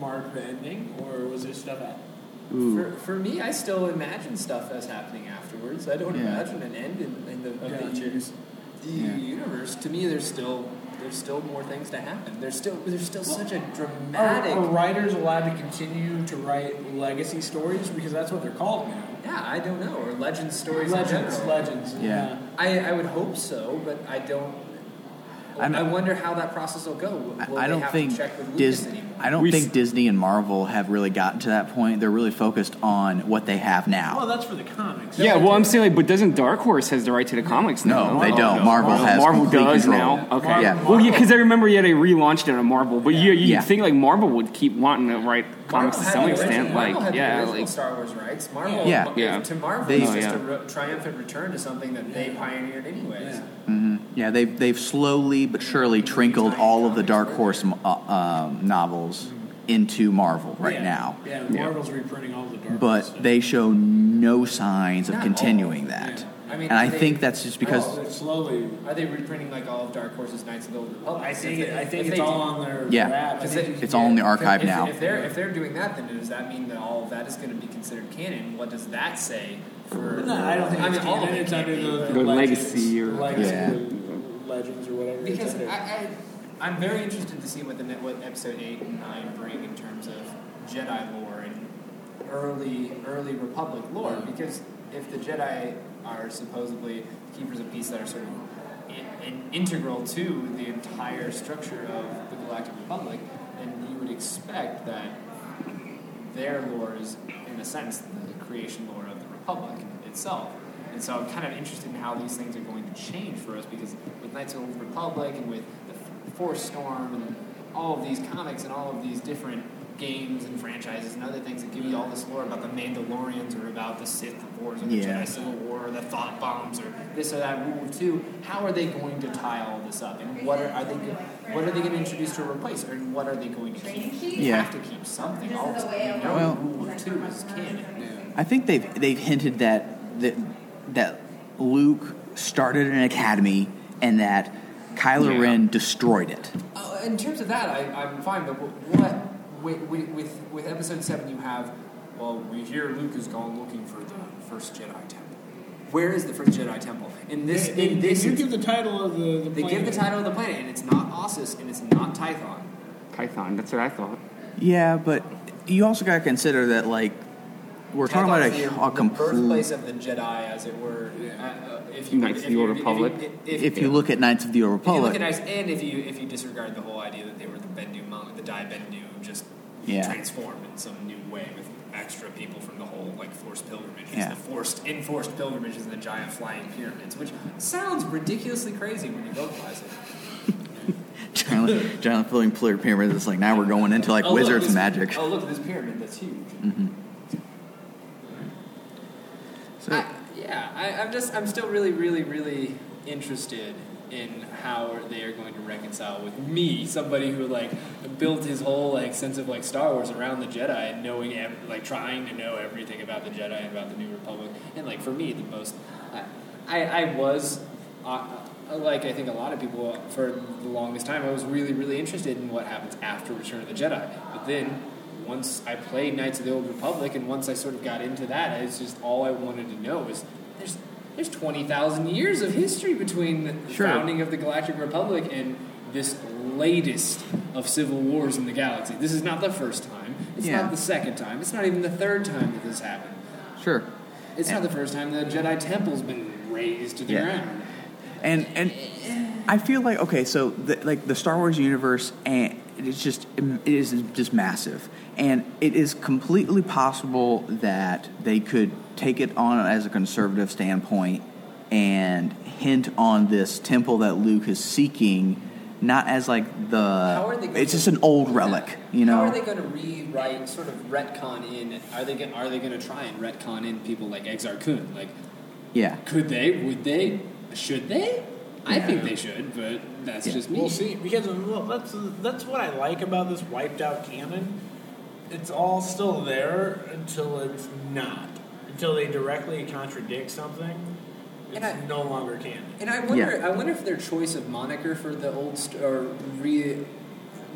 mark the ending, or was there stuff at?
ooh,
For, for me, I still imagine stuff as happening afterwards. I don't
Yeah.
imagine an end in, in the, of the,
Yeah.
the
Yeah.
universe. To me, there's still there's still more things to happen. There's still there's still such a
Are,
dramatic.
are
oh.
writers allowed to continue to write legacy stories because that's what they're called now?
yeah, I don't know. Or legend stories. in
Legends,
general.
legends.
Yeah.
I, I would hope so, but I don't.
I'm-
I wonder how that process will go. Will
I-
will
I
they
don't
have
think
to check with Lucas
Disney.
anymore?
I don't
We
think
s-
Disney and Marvel have really gotten to that point. They're really focused on what they have now.
Well, that's for the comics.
Yeah, well, I'm saying, like, but doesn't Dark Horse has the right to the comics now? Oh,
No, they don't. Marvel has
Marvel
complete
does
control.
now. Okay.
Yeah.
Well, yeah, because I remember, yeah, they relaunched it on Marvel, but yeah, you
Yeah.
think like Marvel would keep wanting to write
Marvel
comics to
had
some
the
extent,
original- Marvel
like
had
yeah,
the original
like
Star Wars rights. Marvel,
Yeah.
Yeah.
to Marvel,
They-
it's just
Oh,
a
yeah.
re- triumphant return to something that they pioneered, anyways.
Yeah.
Yeah, they've they've slowly but surely trickled all of the Dark Horse uh, um, novels
Mm-hmm.
into Marvel right
Yeah.
now,
Yeah,
Yeah.
Marvel's reprinting all the Dark Horse
but
stuff.
they show no signs of
Not
continuing that.
I mean,
and I
they-
think that's just because
Oh, they're slowly.
Are they reprinting like all of Dark Horse's Knights of the Old Republic?
I think
If
it,
they-
I
if
think it's
they
all
do-
on their
Yeah.
wrap. I
Is
think
it-
you
it's all in the
get-
archive
if,
now.
If they're if they're doing that, then does that mean that all of that is going to be considered canon? What does that say? For
No, I don't think
I mean,
it's,
all of
canon.
it
it's
can't
under
be,
the,
but-
Their
legends,
legacy or-
legacy,
Yeah.
the legends or whatever. it's
Because
under.
I, I, I'm very interested to see what the ne- what episode eight and nine bring in terms of Jedi lore and early early Republic lore. Because if the Jedi are supposedly keepers of peace that are sort of in, in integral to the entire structure of the Galactic Republic, then you would expect that their lore is, in a sense, the creation lore of the Republic itself. And so I'm kind of interested in how these things are going to change for us because with Knights of the Old Republic and with the F- Force Storm and all of these comics and all of these different games and franchises and other things that give you all this lore about the Mandalorians or about the Sith Wars or the
Yeah.
Jedi Civil War or the Thought Bombs or this or that World War Two, how are they going to tie all this up and what are, are they go- what are they going to introduce to replace or what are they going to keep? They
Yeah.
have to keep something. always. You know
Well-
World War Two is canon.
I think they've they've hinted that that that Luke started an academy and that Kylo
Yeah.
Ren destroyed it.
Uh, in terms of that, I, I'm fine. But wh- what with, with- with with Episode Seven, you have well, we hear Luke has gone looking for the first Jedi temple. Where is the first Jedi temple? In this,
They- they-
in this,
they do give the title of the. the
they give the
planet.
title of the planet, and it's not Ossus, and it's not Tython.
Python. That's what I thought.
Yeah, but you also got to consider that like we're talking about
Tython's
a, a
the, the
complete.
birthplace of the Jedi, as it were. Uh, uh, if you
Knights of
if
the
you-
Old Republic.
If, you-
If you look at Knights of the Old
If you
Republic,
look at Ice, and if you if you disregard the whole idea that they were the Bendu monk, the Dai Bendu, just
Yeah.
transformed in some new way with extra people from the whole like forced pilgrimages,
Yeah.
the forced enforced pilgrimages, and the giant flying pyramids, which sounds ridiculously crazy when you vocalize it.
John, John filling Player Pyramid. It's like now we're going into like
Oh, look,
wizards
this-
magic.
Oh look at this pyramid, that's huge.
So
I- yeah, yeah, I, I'm just I'm still really really really interested in how are- they are going to reconcile with me, somebody who like built his whole like sense of like Star Wars around the Jedi and knowing ev- like trying to know everything about the Jedi and about the New Republic, and like for me the most I I, I was. Uh, like I think a lot of people, for the longest time, I was really, really interested in what happens after Return of the Jedi. But then once I played Knights of the Old Republic, and once I sort of got into that, it's just all I wanted to know was there's there's twenty thousand years of history between the
Sure.
founding of the Galactic Republic and this latest of civil wars in the galaxy. This is not the first time. It's
Yeah.
not the second time. It's not even the third time that this happened.
Sure.
It's not the first time the Jedi Temple's been razed to the
Yeah.
ground.
and and I feel like okay, so the, like the Star Wars universe, and it's just it is just massive, and it is completely possible that they could take it on as a conservative standpoint and hint on this temple that Luke is seeking, not as like the
How are they going
it's
to-
just an old relic, you know.
How are they going to rewrite, sort of retcon in? Are they go- are they going to try and retcon in people like Exar Kun? Like
yeah,
Could they? Would they? Should they? I think they should, but that's
Yeah.
just me.
We'll see because well, that's that's what I like about this wiped out canon. It's all still there until it's not. Until they directly contradict something, it's
And I-
no longer canon.
And I wonder,
Yeah.
I wonder if their choice of moniker for the old st- or re-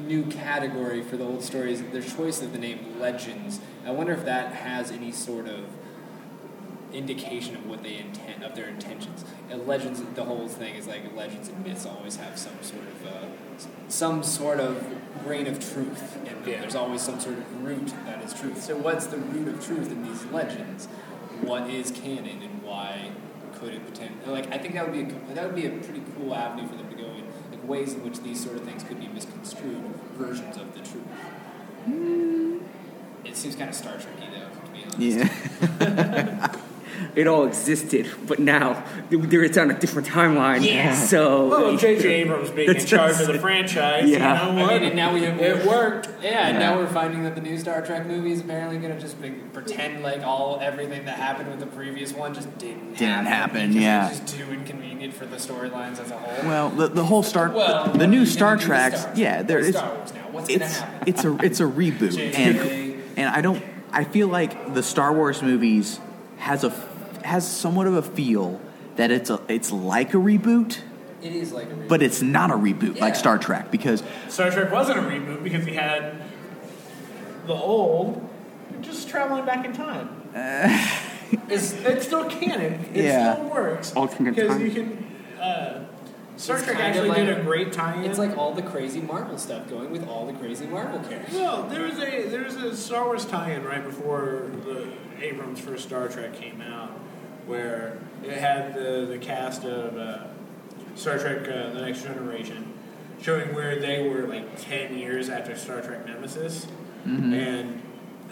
new category for the old stories, their choice of the name Legends. I wonder if that has any sort of indication of what they intend of their intentions. And legends, the whole thing is like legends and myths always have some sort of uh, s- some sort of grain of truth, in them.
Yeah.
there's always some sort of root that is truth. So what's the root of truth in these legends? What is canon and why could it pretend? Like I think that would be a, co- that would be a pretty cool avenue for them to go in, like ways in which these sort of things could be misconstrued versions of the truth. It seems kind of Star Trekky though, to be honest.
yeah.
It all existed, but now there it's on a different timeline. Yeah. So
Well, J.J. Abrams being in
That's-
charge of the franchise,
Yeah.
you know
I
what?
mean, and now we have it worked. Yeah, and
Yeah.
now we're finding that the new Star Trek movie is apparently going to just be, pretend like all everything that happened with the previous one just didn't
Didn't happen,
Because
yeah.
it's just too inconvenient for the storylines as a whole.
Well, the, the whole Star,
Well,
the, the new
you
Star
can do
Treks,
Star-
yeah, there is.
Star Wars now. What's going to
it's
happen?
it's a it's a reboot, and and I don't I feel like the Star Wars movies has a has somewhat of a feel that it's a it's like a reboot,
It is like a
but it's not a reboot like
Yeah.
Star Trek because
Star Trek wasn't a reboot because he had the old just traveling back in time. it's, it's still canon. It
Yeah.
still works.
Alternate
because
time.
you can. Uh, Star
It's
Trek
kind of
actually
like-
did a great tie-in.
It's like all the crazy Marvel stuff going with all the crazy Marvel characters.
well, there was a there was a Star Wars tie-in right before the Abrams' first Star Trek came out, where it had the the cast of uh, Star Trek: uh, The Next Generation, showing where they were like ten years after Star Trek Nemesis, and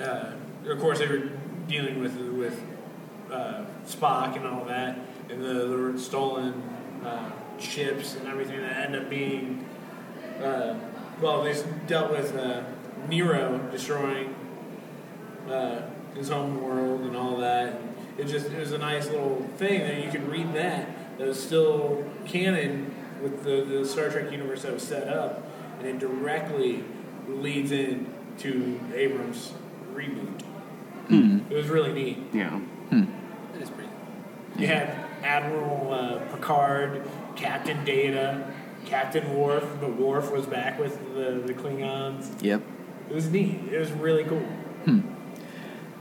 uh, of course they were dealing with with uh, Spock and all that, and the, the stolen uh, ships and everything that ended up being. Uh, well, they dealt with uh, Nero destroying uh, his home world and all that. It just it was a nice little thing that you could read that that was still canon with the, the Star Trek universe that was set up, and it directly leads in to Abrams' reboot. It was really neat.
yeah.
That is pretty.
You had Admiral uh, Picard, Captain Data, Captain Worf, but Worf was back with the, the Klingons.
yep.
It was neat. It was really cool.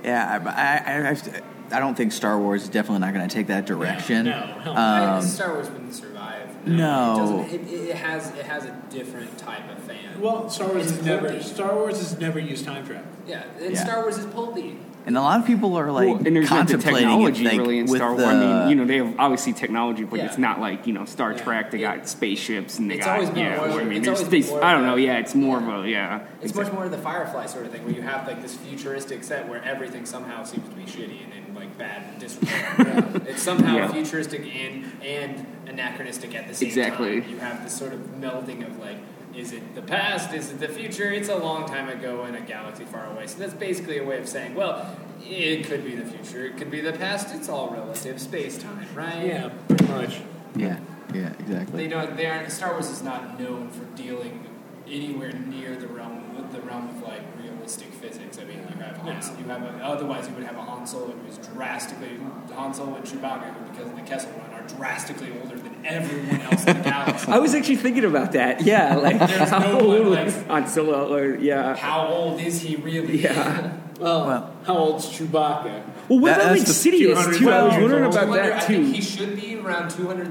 Yeah, I, I, I, I don't think Star Wars is definitely not going to take that direction.
No, hell no.
I- Star Wars wouldn't survive.
um, no.
It, doesn't, it, it has it has a different type of fan.
Well, Star Wars
It's
has never
pulpy.
Star Wars has never used time travel.
yeah, and
Yeah.
Star Wars is pulpy.
And a lot of people are like
Well, and there's not the
contemplating
technology
if they,
really in
with
Star Wars.
the
I mean, you know, they have obviously technology, but
Yeah.
it's not like you know Star
Yeah.
Trek. They
It-
got spaceships and they
It's
got
always been
yeah.
more-
I mean,
it's
there's,
always been
they,
more
I don't
of a-
know. Yeah, it's more of a yeah.
It's
exactly.
much more of the Firefly sort of thing, where you have like this futuristic set where everything somehow seems to be shitty and in like bad disrepair. It's somehow
Yeah.
futuristic and and anachronistic at the same
Exactly.
time. You have this sort of melding of like Is it the past? Is it the future? It's a long time ago in a galaxy far away. So that's basically a way of saying, well, it could be the future, it could be the past. It's all relative, space time, right?
Yeah, pretty much.
Yeah, yeah, exactly.
They don't. They aren't. Star Wars is not known for dealing anywhere near the realm with the realm of like realistic physics. I mean, you have Han,
No.
you have a, otherwise you would have a Han Solo who's drastically Han Solo and Chewbacca, who because of the Kessel Run are drastically older than everyone else in the galaxy.
I was actually thinking about that. Yeah, like
There's
how
no
old
one,
was
like-
Han Solo? Or, yeah,
How old is he really?
yeah.
Well,
Well.
how old's Chewbacca?
Well, what
That-
about
that's the
Insidious too? I was
200
wondering
years
about
200
that
I think
too.
he should be around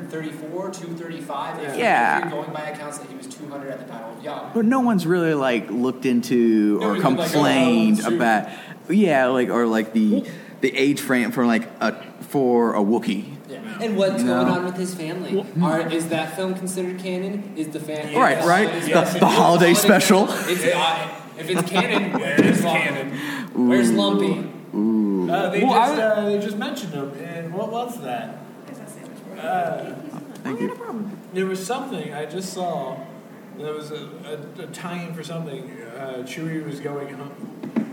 234, 235. If
Yeah.
if you're going by accounts that he was 200 at the Battle of Yavin.
But no one's really like looked into
No,
or
we could, like,
complained
oh, shoot.
about, yeah, like or like the the age frame for like a for a Wookiee.
And what's
No.
going on with his family? Are, is that film considered canon? Is the fan?
Right,
is-
right.
is
The-
that-
the
is that
holiday
canon?
special.
It's not. If it's canon, where's canon? Where's Lumpy?
Uh, they,
Well,
just,
I-
uh, they just mentioned him, and what was that?
Thank you.
There was something I just saw. There was a, a, a tie-in for something. Uh, Chewie was going home.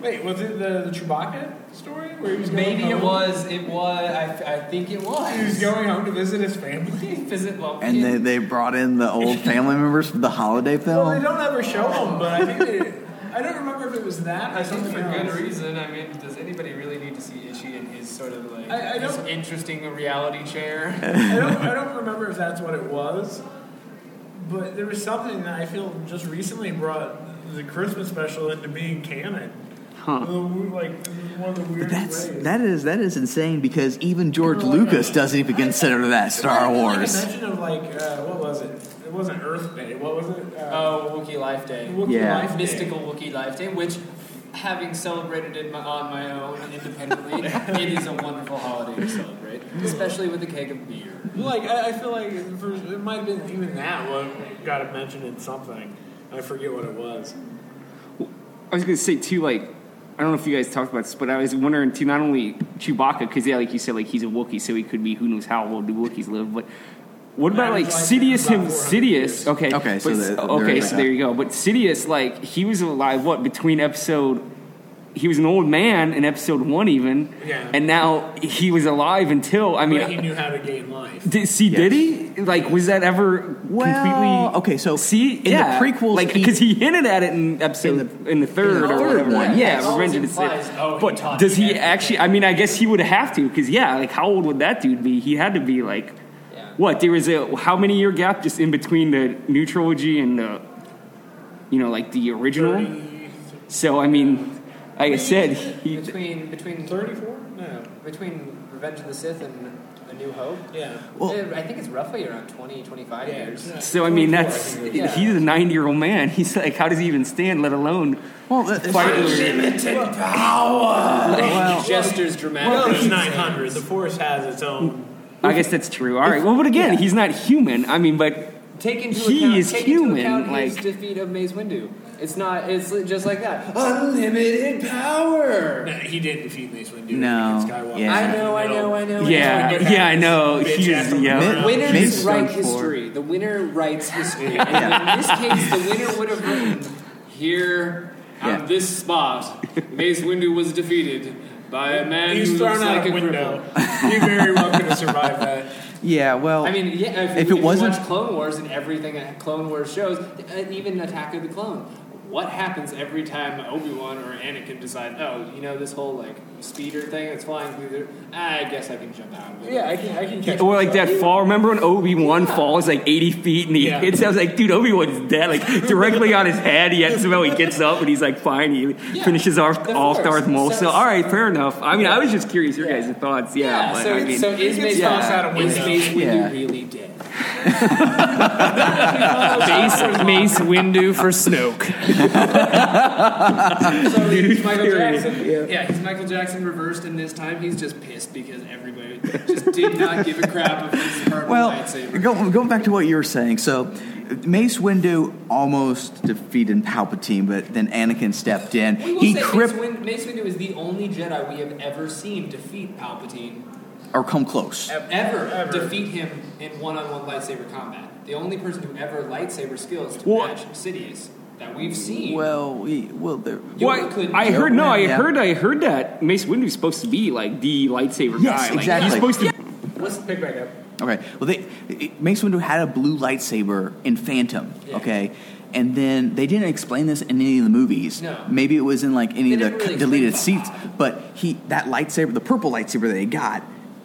Wait, was it the, the Chewbacca story where he was going
Maybe it
home?
was. It was. I, I think it was.
He was going home to visit his family.
Visit Lumpy.
And they, they brought in the old family members from the holiday
Well, they
film.
don't ever show him, but I think they. I don't remember if it was that or
I think
something
for
else.
good reason. I mean, does anybody really need to see Ishii in his sort of like
I- I
this
don't-
interesting reality chair?
I don't, I don't remember if that's what it was, but there was something that I feel just recently brought the Christmas special into being canon.
Huh.
The we- Like one of the
But
weirdest
that's
ways.
that is that is insane because even George
Well, I-
Lucas doesn't even consider that Star
Like
Wars.
a mention of like uh, what was it? It wasn't Earth Day. What was it? Uh,
Oh, Wookiee Life Day.
Wookiee
Yeah.
Life Day.
Mystical Wookiee Life Day, which, having celebrated it my, on my own and independently, it is a wonderful holiday to celebrate, especially with a keg of beer.
Like I, I feel like for, it might have been even that one got it mentioned in something. I forget what it was.
I was gonna say too, like I don't know if you guys talked about this, but I was wondering too. Not only Chewbacca, because yeah, like you said, like he's a Wookiee, so he could be who knows how old the Wookiees live. But what about like
Average lifespan
Sidious?
is about
Him,
400 years.
Sidious. Okay.
Okay, so
But,
there- there
okay,
is
so
that.
there you go. But Sidious, like he was alive. What between episode? He was an old man in episode one, even.
Yeah.
And now he was alive until I mean.
But he knew how to gain life.
Did, see, did he? Like, was that ever
Well,
completely
okay, so
See,
in the
yeah,
prequels,
like
he-
because he, hinted at it in episode
In
in the, third
in the
or
third
whatever.
one.
Yeah,
It
Revenge of the
always implies,
Sith.
oh, he
but
taught
does
me
he
everything.
actually? I mean, I guess he would have to because yeah, like how old would that dude be? He had to be like
Yeah.
what? There was a how many year gap just in between the new trilogy and the you know like the original. So I mean, like I said, he,
Between between
Thirty-four? No.
between Revenge of the Sith and A New Hope,
Yeah.
Well-
eh, I think it's roughly around 20, 25 years.
Yeah.
so I mean
24,
that's
I think
Yeah.
he's a ninety year old man. He's like, how does he even stand? Let alone
Well, that-
fight? with-
well,
Gestures
it was. Well,
dramatically.
it's nine hundred. The Force has its own.
I guess that's true. All right. Well, but again, he's not human. I mean, but
Take into
He
account,
is
take
human,
Into account his
like-
defeat of Maze Windu. It's not. It's just like that. Unlimited power.
No, he didn't defeat Mace Windu.
No.
Skywalker.
Yeah.
I know. I know. I know. I know.
yeah, yeah, I know. He is. Yeah.
Mid-
Winners
Mace
write
Windu.
history. The winner writes history. And in this case, the winner would have written here
Yeah.
on this spot. Maze Windu was defeated by a man
He's
who
thrown
looks
out
like
a
a
window.
cripple.
he very well could have survived that.
yeah, well,
I mean, yeah. If,
If it
if
wasn't-
you watch Clone Wars and everything that Clone Wars shows, and even Attack of the Clone, what happens every time Obi Wan or Anakin decide, oh, you know, this whole like speeder thing that's flying through there, I guess I can jump out. Of it.
Yeah, I can, I can catch.
Or like that
myself.
fall. Remember when Obi Wan falls like eighty feet and he
Yeah.
hits? I was like, dude, Obi Wan's dead. Like directly on his head. He had somehow he gets up and he's like, fine. He finishes off
of
off
course.
Darth Maul.
So-
So, all right, fair enough. I mean, I was just curious your guys' thoughts. Yeah,
Yeah,
but
so,
I mean,
so is Mace
toss out a
Is
window.
Mace Windu
Yeah.
really dead?
Mace, Mace Windu for Snoke.
So he's Michael
Period.
Jackson. Yeah. he's Michael Jackson reversed, and this time he's just pissed because everybody just did not give a crap of his purple
well,
lightsaber.
go, going back to what you were saying, so Mace Windu almost defeated Palpatine, but then Anakin stepped in.
We will
He
say
crip
Mace, Win- Mace Windu is the only Jedi we have ever seen defeat Palpatine
or come close.
ever, defeat him in one-on-one lightsaber combat. the only person who ever lightsaber skills to
Well-
match cities that we've seen.
Well, we, well, there.
You
Well,
could-
I heard no, I
Yeah.
heard I heard that Mace Windu's supposed to be like the lightsaber
Yes,
guy. Like,
exactly.
He's supposed to.
Let's pick back up.
Okay. Well, they it- Mace Windu had a blue lightsaber in Phantom. Okay. And then they didn't explain this in any of the movies.
No.
Maybe it was in like any
They didn't
of the
really
c- deleted scenes. But he that lightsaber, the purple lightsaber that he got,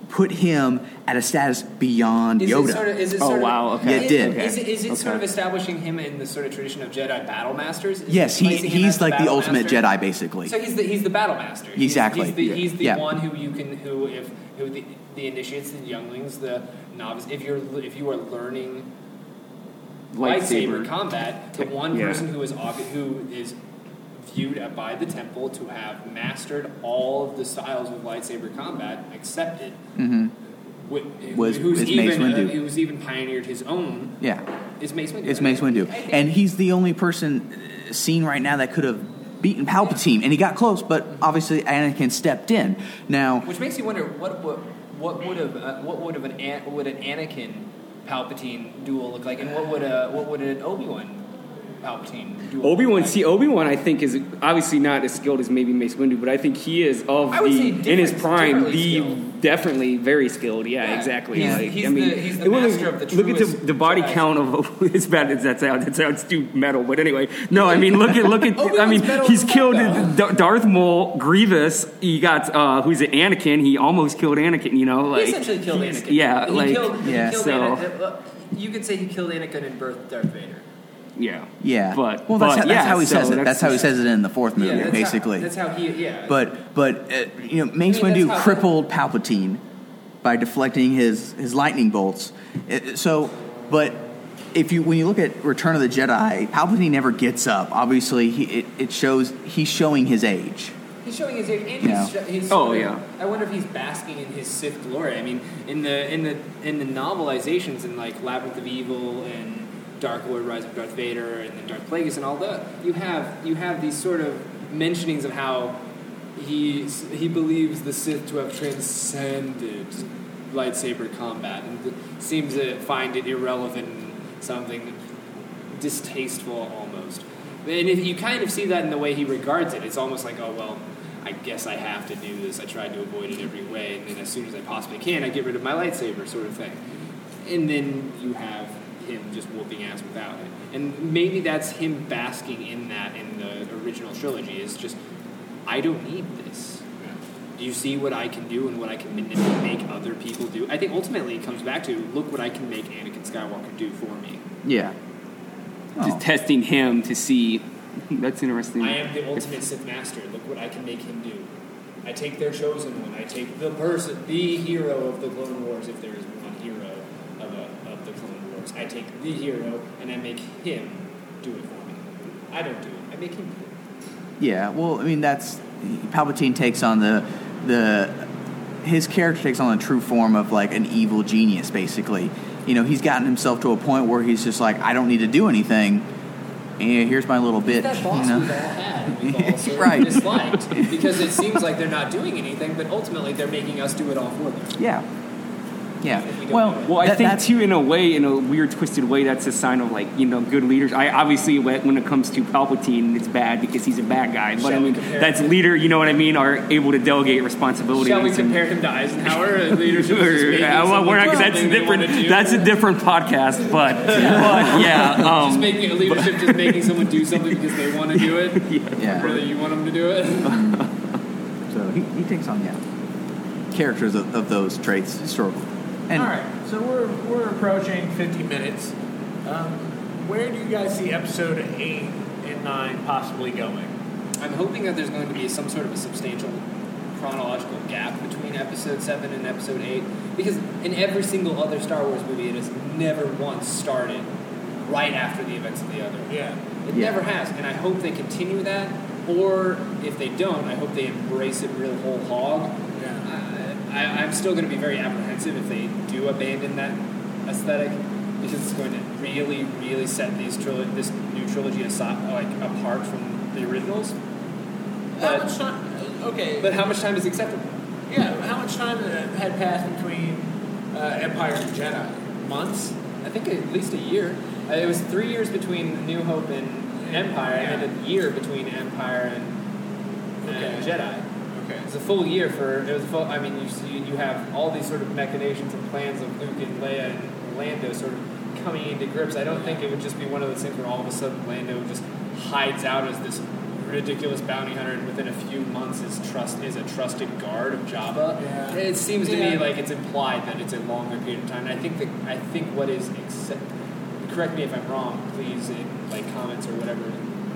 put him at a status beyond
Is
Yoda.
it sort of? Is it
Oh,
sort of-
wow, okay.
Yeah, it did.
Is, it, is it sort of
Okay.
establishing him in the sort of tradition of Jedi battle masters? Is it
yes, he,
placing him as
he's like the
battle
ultimate
master?
Jedi, basically.
So he's the he's the battle master. He's-
Exactly.
He's the, he's the
Yeah.
one who you can who if who the, the initiates, the younglings, the novice. If you're if you are learning lightsaber,
Lightsaber.
combat, the
Tech-
one
yeah.
person who is obvi- who is viewed at- by the temple to have mastered all of the styles of lightsaber combat accepted.
Mm-hmm.
Wi-
Was-
who's
is Mace
even
Windu.
Uh, who's even pioneered his own
yeah.
is Mace Windu.
It's Mace Windu,
I think-
and he's the only person uh, seen right now that could have beaten Palpatine, and he got close, but obviously Anakin stepped in. Now,
Which makes you wonder what what what would have uh, what would have an An- what would an Anakin Palpatine duel look like, and what would a what would an Obi Wan Palpatine duel?
Obi
look
Wan,
like?
see, Obi Wan, I think is obviously not as skilled as maybe Mace Windu, but I think he is of
I would say
the in his
different-
prime
differently
the
skilled.
definitely very skilled. Yeah,
Yeah.
exactly.
He's-
like,
he's
I mean,
the- he's the
it was-
master of the
look at the,
truest
the body
Jedi.
count of as bad as that sounds. That sounds too metal, but anyway, no, I mean, look at look at. I mean,
Obi-Wan's metal
he's
as fuck,
killed
though.
D- Darth Maul, Grievous. He got uh, who's it? Anakin. He almost killed Anakin. You know, like
he essentially killed
he's-
Anakin.
Yeah,
he
like
killed, he
yeah,
killed
so-
Anakin, uh, you could say he killed Anakin and birthed Darth Vader.
yeah,
yeah,
But
well, that's,
but,
how, that's
yeah,
how he
so
says it. That's, how he says it in the fourth movie,
that's how-
basically.
that's how he. Yeah,
but but uh, you know, Mace
I mean,
Windu
that's how-
crippled Palpatine by deflecting his his lightning bolts. It- so, but if you when you look at Return of the Jedi, Palpatine never gets up. Obviously, he, it, it shows he's showing his age.
He's showing his age, and
Yeah.
he's, sho- he's
Oh,
showing-
yeah.
I wonder if he's basking in his Sith glory. I mean, in the in the in the novelizations in like Labyrinth of Evil and Dark Lord Rise of Darth Vader and then Dark Plagueis and all that, you have you have these sort of mentionings of how he he believes the Sith to have transcended lightsaber combat and th- seems to find it irrelevant and something distasteful almost. And if you kind of see that in the way he regards it. It's almost like, oh well, I guess I have to do this. I tried to avoid it every way, and then as soon as I possibly can, I get rid of my lightsaber, sort of thing. And then you have him just whooping ass without it. And maybe that's him basking in that in the original trilogy. Is just, I don't need this. Do you see what I can do and what I can manip- make other people do? I think ultimately it comes back to look what I can make Anakin Skywalker do for me.
Yeah.
just
Oh.
testing him to see. That's interesting.
I am the ultimate Sith Master. Look what I can make him do. I take their chosen one. I take the person, the hero of the Clone Wars, if there is one hero of, a, of the Clone Wars. I take the hero and I make him do it for me. I don't do it. I make him do it.
Yeah, well, I mean that's Palpatine takes on the the his character takes on the true form of like an evil genius, basically. You know, he's gotten himself to a point where he's just like, I don't need to do anything. And here's my little bit.
That
You
boss we've all
know?
had, and we've all sort of
Right.
disliked because it seems like they're not doing anything, but ultimately they're making us do it all for them.
Yeah. Yeah.
If we don't
Well,
do it.
Well, I
that-
think
that's
too, in a way, in a weird, twisted way, that's a sign of like you know good leaders. I obviously, when when it comes to Palpatine, it's bad because he's a bad guy. But
Shall
I
we
mean,
compare-
that's leader. You know what I mean? Are able to delegate responsibility.
Shall we
and-
compare him to Eisenhower? Leadership is just making
Yeah, well,
someone
we're not,
do
'cause that's a
something they wanna
different.
do.
That's a different podcast. But but yeah,
just
um,
making a leadership, just making someone do something because they want to do it,
yeah.
rather you want them to do it.
So he, he takes on yeah characters of, of those traits historically. And
All right, so we're we're approaching 50 minutes. Um, where do you guys see episode eight and nine possibly going?
I'm hoping that there's going to be some sort of a substantial chronological gap between episode seven and episode eight, because in every single other Star Wars movie, it has never once started right after the events of the other.
Yeah.
It
Yeah.
never has, and I hope they continue that. Or if they don't, I hope they embrace it real whole hog.
Yeah.
Uh, I, I'm still going to be very apprehensive if they do abandon that aesthetic because it's going to really, really set these trilo- this new trilogy aside, like apart from the originals.
How
But,
much time? Okay.
but how much time is acceptable?
yeah, how much time had passed between uh, Empire and Jedi? Months.
I think at least a year. Uh, it was three years between New Hope and Empire, and then a year between Empire and, and Jedi.
Okay.
It was a full year for. It was a full. I mean, you see, you have all these sort of machinations and plans of Luke and Leia and Lando sort of coming into grips. I don't think it would just be one of those things where all of a sudden Lando just hides out as this ridiculous bounty hunter, and within a few months is trust is a trusted guard of Jabba.
Yeah.
It seems to me
Yeah.
like it's implied that it's a longer period of time. And I think that I think what is accept, correct me if I'm wrong, please in like comments or whatever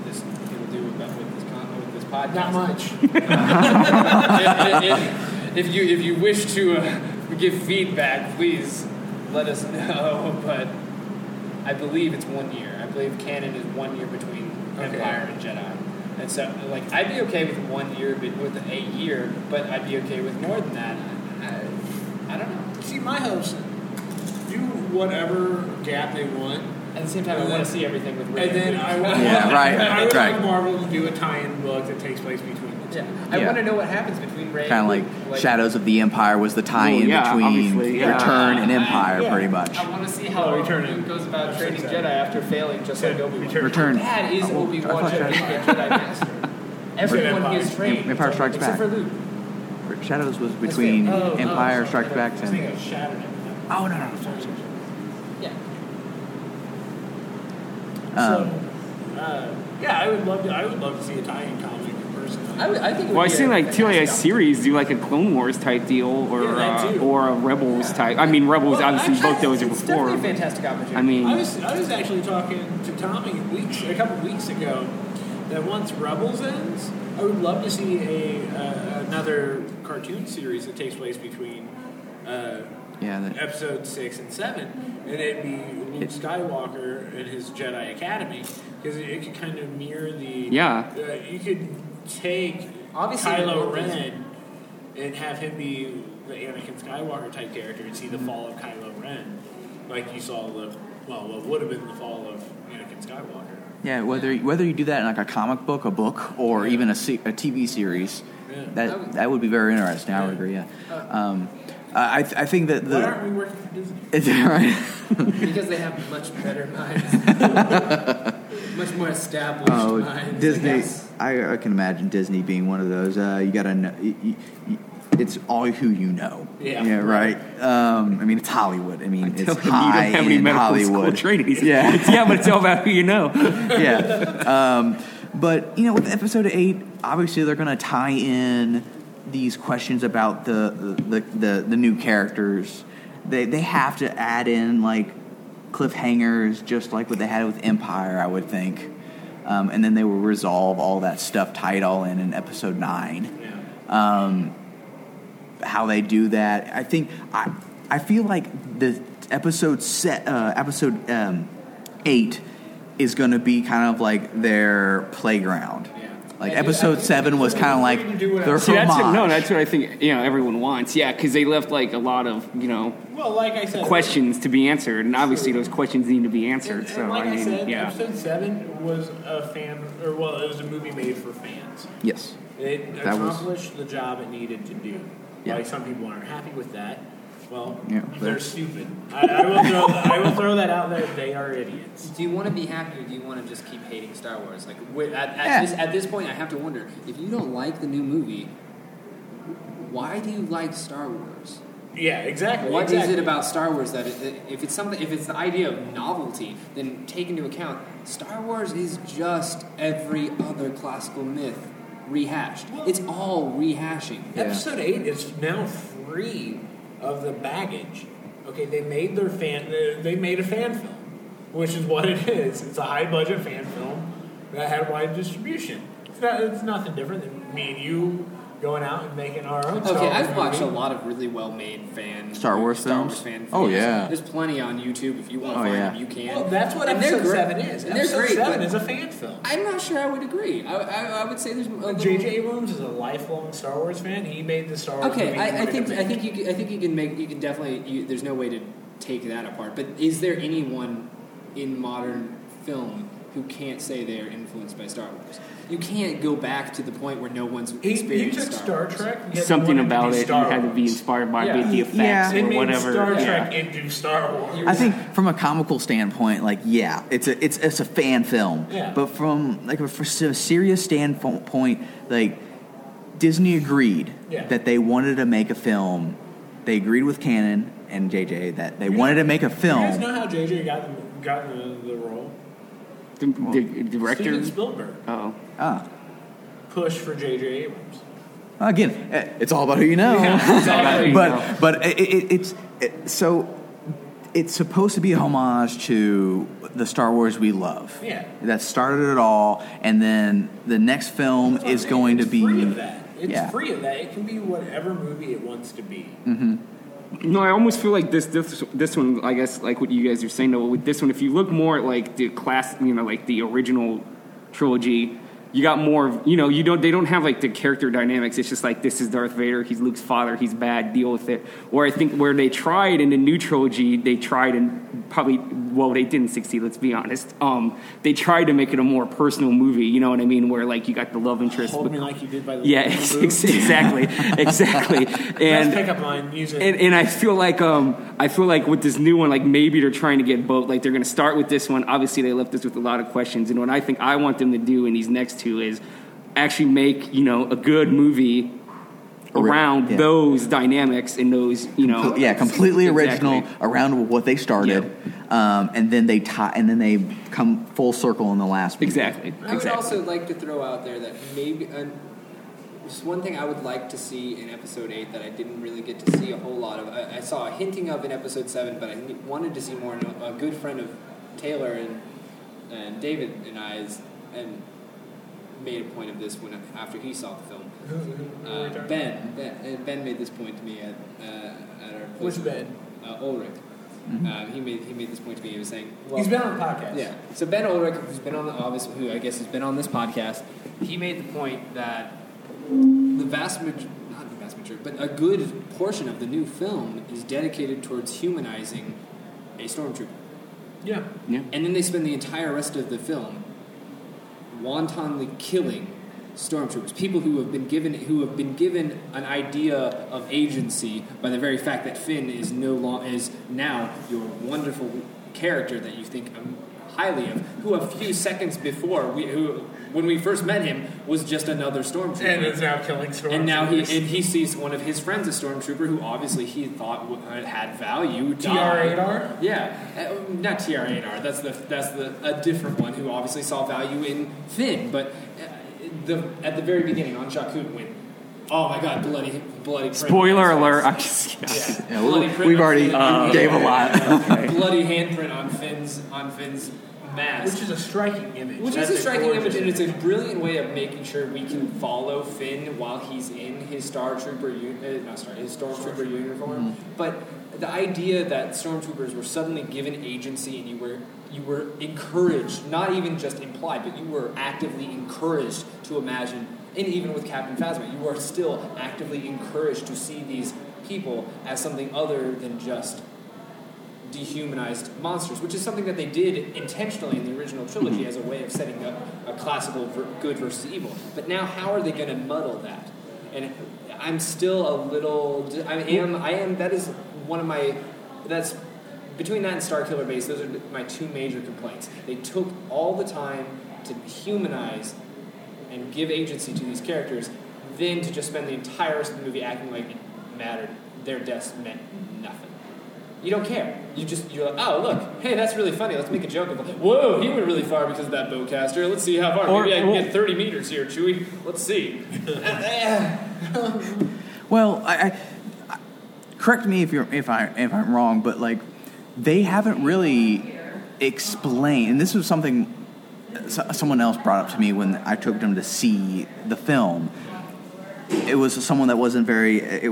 this it'll do about with this con- with this podcast.
Not much.
If- if- if you if you wish to uh, give feedback, please let us know. But I believe it's one year. I believe canon is one year between
Okay.
Empire and Jedi. And so, like, I'd be okay with one year, but with a year, but I'd be okay with more than that. I, I, I don't know.
See, my house, do whatever gap they want.
At the same time, I
And
want
then-
to see everything with.
And then I want,
Yeah, right,
I would
right.
want Marvel to do a tie-in book that takes place between the two.
Yeah. I
Yeah.
want to know what happens between Ray.
Kind of like, Shadows of the Empire was the tie-in
Well, yeah,
between
obviously, yeah.
Return and Empire,
Yeah.
pretty much.
I want to see how
Oh, Return
Luke goes about
That's
training
exactly.
Jedi after failing, just like Obi Wan.
Return.
Dad is
Oh,
Obi
I
Wan
thought
being a
Jedi-
Jedi Master. Everyone
Empire.
is trained.
Empire Strikes
except
Back.
for Luke.
Shadows was between
Oh, oh,
Empire
sorry.
Strikes Back
I was
and
thinking of Shattered. Empire.
oh no no, no. sorry.
Yeah.
Um,
so, uh, yeah, I would love to. I would love to see a tie-in comic in person.
I, would, I think. it
Well, I
would be
see
a
like two
fantastic
AI series do like a Clone Wars type deal, or
Yeah, that
uh,
too.
or a Rebels type. I mean, Rebels
Well,
obviously
actually,
both those are
it's definitely a
before.
fantastic opportunity.
I mean,
I was I was actually talking to Tommy weeks a couple weeks ago that once Rebels ends, I would love to see a uh, another cartoon series that takes place between uh,
yeah, that,
episode six and seven, and it'd be Luke
It-
Skywalker and his Jedi Academy because it, it could kind of mirror the
Yeah.
Uh, you could take
Obviously,
Kylo
the-
Ren and have him be the Anakin Skywalker type character and see the fall of Kylo Ren, like you saw the well, what would have been the fall of Anakin Skywalker.
yeah. Whether whether you do that in like a comic book, a book, or
Yeah.
even a, se- a TV series,
Yeah.
I
that
would-
that would be very interesting. I would agree. Yeah. Um, I I th- I think that
Why
the
aren't we working for Disney?
it's right.
because they have much better minds, much more established
Oh,
minds.
Disney.
Yes.
I, I can imagin Disney being one of those. Uh, you gotta know. You, you, you- it's all who you know.
Yeah.
right. Um, I mean, it's Hollywood. I mean,
I'm
it's
telling you,
high
you don't have any
end
medical school
Hollywood.
training. He's-
Yeah.
it's- yeah, but it's all about who you know.
yeah. Um, but you know, with episode eight, obviously they're going to tie in these questions about the the the, the new characters. They they have to add in like cliffhangers, just like what they had with Empire, I would think. Um, and then they will resolve all that stuff, tie it all in in episode nine
Yeah.
um, how they do that. I think I I feel like the episode set uh, episode um, eight is going to be kind of like their playground. Like
I do- I
episode
do
seven was kind of
free to
like
do whatever.
their
See, that's what, no,
homage.
that's what I think. You know, everyone wants. Yeah, because they left like a lot of you know
Well, like I said,
questions to be answered, and obviously those questions need to be answered.
And,
so
and like
I
I,
mean,
said,
yeah.
episode seven was a fan, or well, it was a movie made for fans.
Yes.
It
That was-
accomplished the job it needed to do.
Yeah.
Like some people aren't happy with that. Well,
Yeah,
they're
but-
stupid. I, I will throw I will throw that out there. They are idiots.
Do you want to be happy, or do you want to just keep hating Star Wars? Like wi- at, at,
Yeah.
this, at this point, I have to wonder if you don't like the new movie, why do you like Star Wars?
Yeah, exactly.
What is
exactly.
it about Star Wars that, it, that- if it's something, if it's the idea of novelty, then take into account Star Wars is just every other classical myth rehashed. It's all rehashing.
Yeah.
Episode eight is now free of the baggage. Okay, they made their fan. they- They made a fan film, which is what it is. It's a high budget fan film that had wide distribution. It's, not, it's nothing different than me and you going out and making our own. Star
Okay,
Wars
I've watched a
movie.
lot of really well-made fan
Star Wars
Star
films?
Wars fan
Oh,
films.
yeah.
there's plenty on YouTube if you want to
Oh,
find
yeah.
them. You can.
Well, that's what
And they're
episode
great-
seven is.
and they're
Episode
great,
seven
but-
is a fan film.
I'm not sure I would agree. I, I, I would say there's a little-
J.J. Abrams is a lifelong Star Wars fan. He made the Star Wars.
Okay,
movie he
I, I
wanted
think
to
I
make.
think you can- I think you can make you can definitely. You, there's no way to take that apart. But is there anyone in modern film who can't say they are influenced by Star Wars. You can't go back to the point where no one's
He, he
experienced
took
Star,
Star
Wars.
Trek. and yet he
Something
wanted to
about
do
it
Star
you had to be
Wars.
inspired by
Yeah.
it, the effects
It
or
made
whatever.
Star
yeah.
Trek into Star Wars.
I think from a comical standpoint, like yeah, it's a it's it's a fan film.
Yeah.
But from like a, for a serious standpoint, like Disney agreed
Yeah.
that they wanted to make a film. They agreed with Canon and JJ that they wanted to make a
Do you guys
film.
know how JJ got got the, the role?
The, the director.
Steven Spielberg
Oh,
Ah,
pushed for JJ Abrams.
again, eh, it's all about who you know.
exactly. No.
but but it, it, it's it, so it's supposed to be a homage to the Star Wars we love.
Yeah.
that started it all, and then the next film
That's what I'm
is
saying.
going
It's
to be
free of that. It's
yeah.
free of that. It can be whatever movie it wants to be.
No, I almost feel like this this this one. I guess like what you guys are saying though. With this one, if you look more at like the class, you know, like the original trilogy, you got more. of, You know, you don't. They don't have like the character dynamics. It's just like this is Darth Vader. He's Luke's father. He's bad. Deal with it. Or I think where they tried in the new trilogy, they tried and probably well, they didn't succeed. Let's be honest. Um, they tried to make it a more personal movie. You know what I mean? Where like you got the love interest.
Hold
with-
me like you did by the
yeah,
Little
ex-
Boo.
ex- exactly, exactly.
Best
And
pickup line music.
and, and I feel like um, I feel like with this new one, like maybe they're trying to get both. Like they're going to start with this one. Obviously, they left us with a lot of questions. And what I think I want them to do in these next two is actually make you know a good movie
Ori-
around
yeah.
those dynamics and those you know
yeah, completely
Exactly.
original around what they started, um, and then they tie, and then they come full circle in the last. movie.
Exactly.
I would
exactly.
also like to throw out there that maybe and just one thing I would like to see in episode eight that I didn't really get to see a whole lot of. I, I saw a hinting of in episode seven, but I ne- wanted to see more. And a, a good friend of Taylor and and David and I is, and made a point of this when after he saw the film. Uh, ben, ben, and Ben made this point to me at uh, at our
Which Ben?
uh, Ulrich. Uh, he made he made this point to me. He was saying well,
He's been on the podcast.
yeah. So Ben Ulrich, who's been on the office, who I guess has been on this podcast, he made the point that the vast majority, not the vast majority, but a good portion of the new film is dedicated towards humanizing a stormtrooper.
Yeah.
Yeah.
And then they spend the entire rest of the film wantonly killing stormtroopers, people who have been given who have been given an idea of agency by the very fact that Finn is no long is now your wonderful character that you think um, highly of, who a few seconds before we, who when we first met him was just another stormtrooper.
And it's now killing stormtroopers.
And now he and he sees one of his friends, a stormtrooper, who obviously he thought w- had value. die.
TR-8R?
Yeah, uh, not TR-8R. That's the that's the a different one who obviously saw value in Finn. But uh, the at the very beginning on Jakku when oh my god, bloody bloody print.
Spoiler alert! I'm just,
Yeah,
Bloody
we-
print
we've
on
already
Finn. Uh,
gave a lot.
bloody handprint on Finn's on Finn's mask.
which is a striking image.
Which
That's
is a striking image,
gorgeous
and it's a brilliant way of making sure we can follow Finn while he's in his Startrooper, u- uh, not Star, his Stormtrooper uniform.
Mm-hmm.
But the idea that Stormtroopers were suddenly given agency, and you were you were encouraged, not even just implied, but you were actively encouraged to imagine. And even with Captain Phasma, you are still actively encouraged to see these people as something other than just dehumanized monsters, which is something that they did intentionally in the original trilogy as a way of setting up a classical ver- good versus evil. But now, how are they going to muddle that? And I'm still a little. I am. I am. That is one of my. That's between that and Star Killer Base. Those are my two major complaints. They took all the time to humanize and give agency to these characters, then to just spend the entire rest of the movie acting like it mattered. Their deaths meant nothing. You don't care. You just you're like, oh look, hey, that's really funny. Let's make a joke of it. Whoa, he went really far because of that bowcaster. Let's see how far.
Or-
Maybe I can
or-
get 30 meters here, Chewie. Let's see.
Well, I, I, correct me if you're if I if I'm wrong, but like they haven't really explained. And this was something so- someone else brought up to me when I took them to see the film. It was someone that wasn't very. It,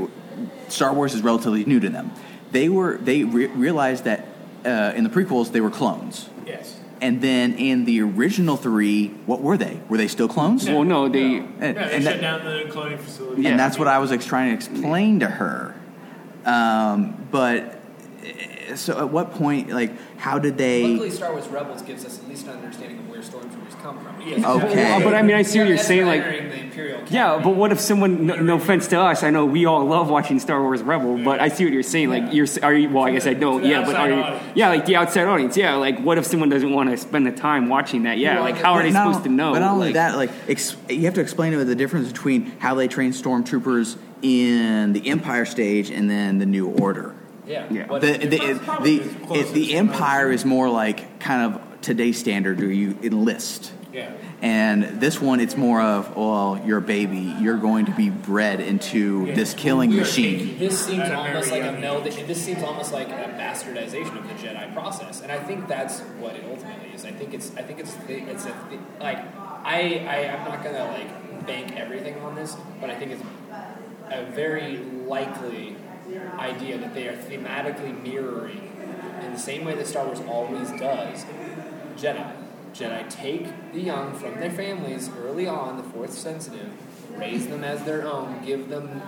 Star Wars is relatively new to them. They were they re- realized that uh, in the prequels they were clones,
image. Yes.
and then in the original three, what were they? Were they still clones?
well, no, they.
Yeah,
And-
they
and
shut
that-
down the cloning facility.
Yeah.
and that's what I was ex- trying to explain to her. Um, but so at what point, like, how did they?
Luckily, Star Wars Rebels gives us at least an understanding of where stormtroopers come from.
Well,
Okay,
but I mean, I see what you're
That's
saying.
for
Like,
entering the Imperial
yeah, but what if someone? No, no offense to us, I know we all love watching Star Wars Rebel, but I see what you're saying. Like, you're s- are you? Well, I guess I don't.
the
Yeah, but are
outside
you?
audience.
Yeah, like the outside audience. Yeah, like what if someone doesn't want to spend the time watching that? Yeah, like how are they
But not-
supposed to know?
But not only
like,
that, like, ex- you have to explain to them the difference between how they train stormtroopers in the Empire stage and then the New Order.
Yeah.
Yeah.
What-
the
if
the
it's probably
the,
as close
it,
as
the
it's
empire is more like kind of today's standard do you enlist
Yeah.
and this one it's more of well you're a baby you're going to be bred into this killing machine
This seems
At a very
almost like a
young
meld. This seems almost like a bastardization of the Jedi process, and I think that's what it ultimately is. I think it's. I think it's. thi- It's a thi- like. I. I am not gonna like bank everything on this, but I think it's a very likely idea that they are thematically mirroring, in the same way that Star Wars always does, Jedi. Jedi take the young from their families early on, the fourth sensitive, raise them as their own, give them.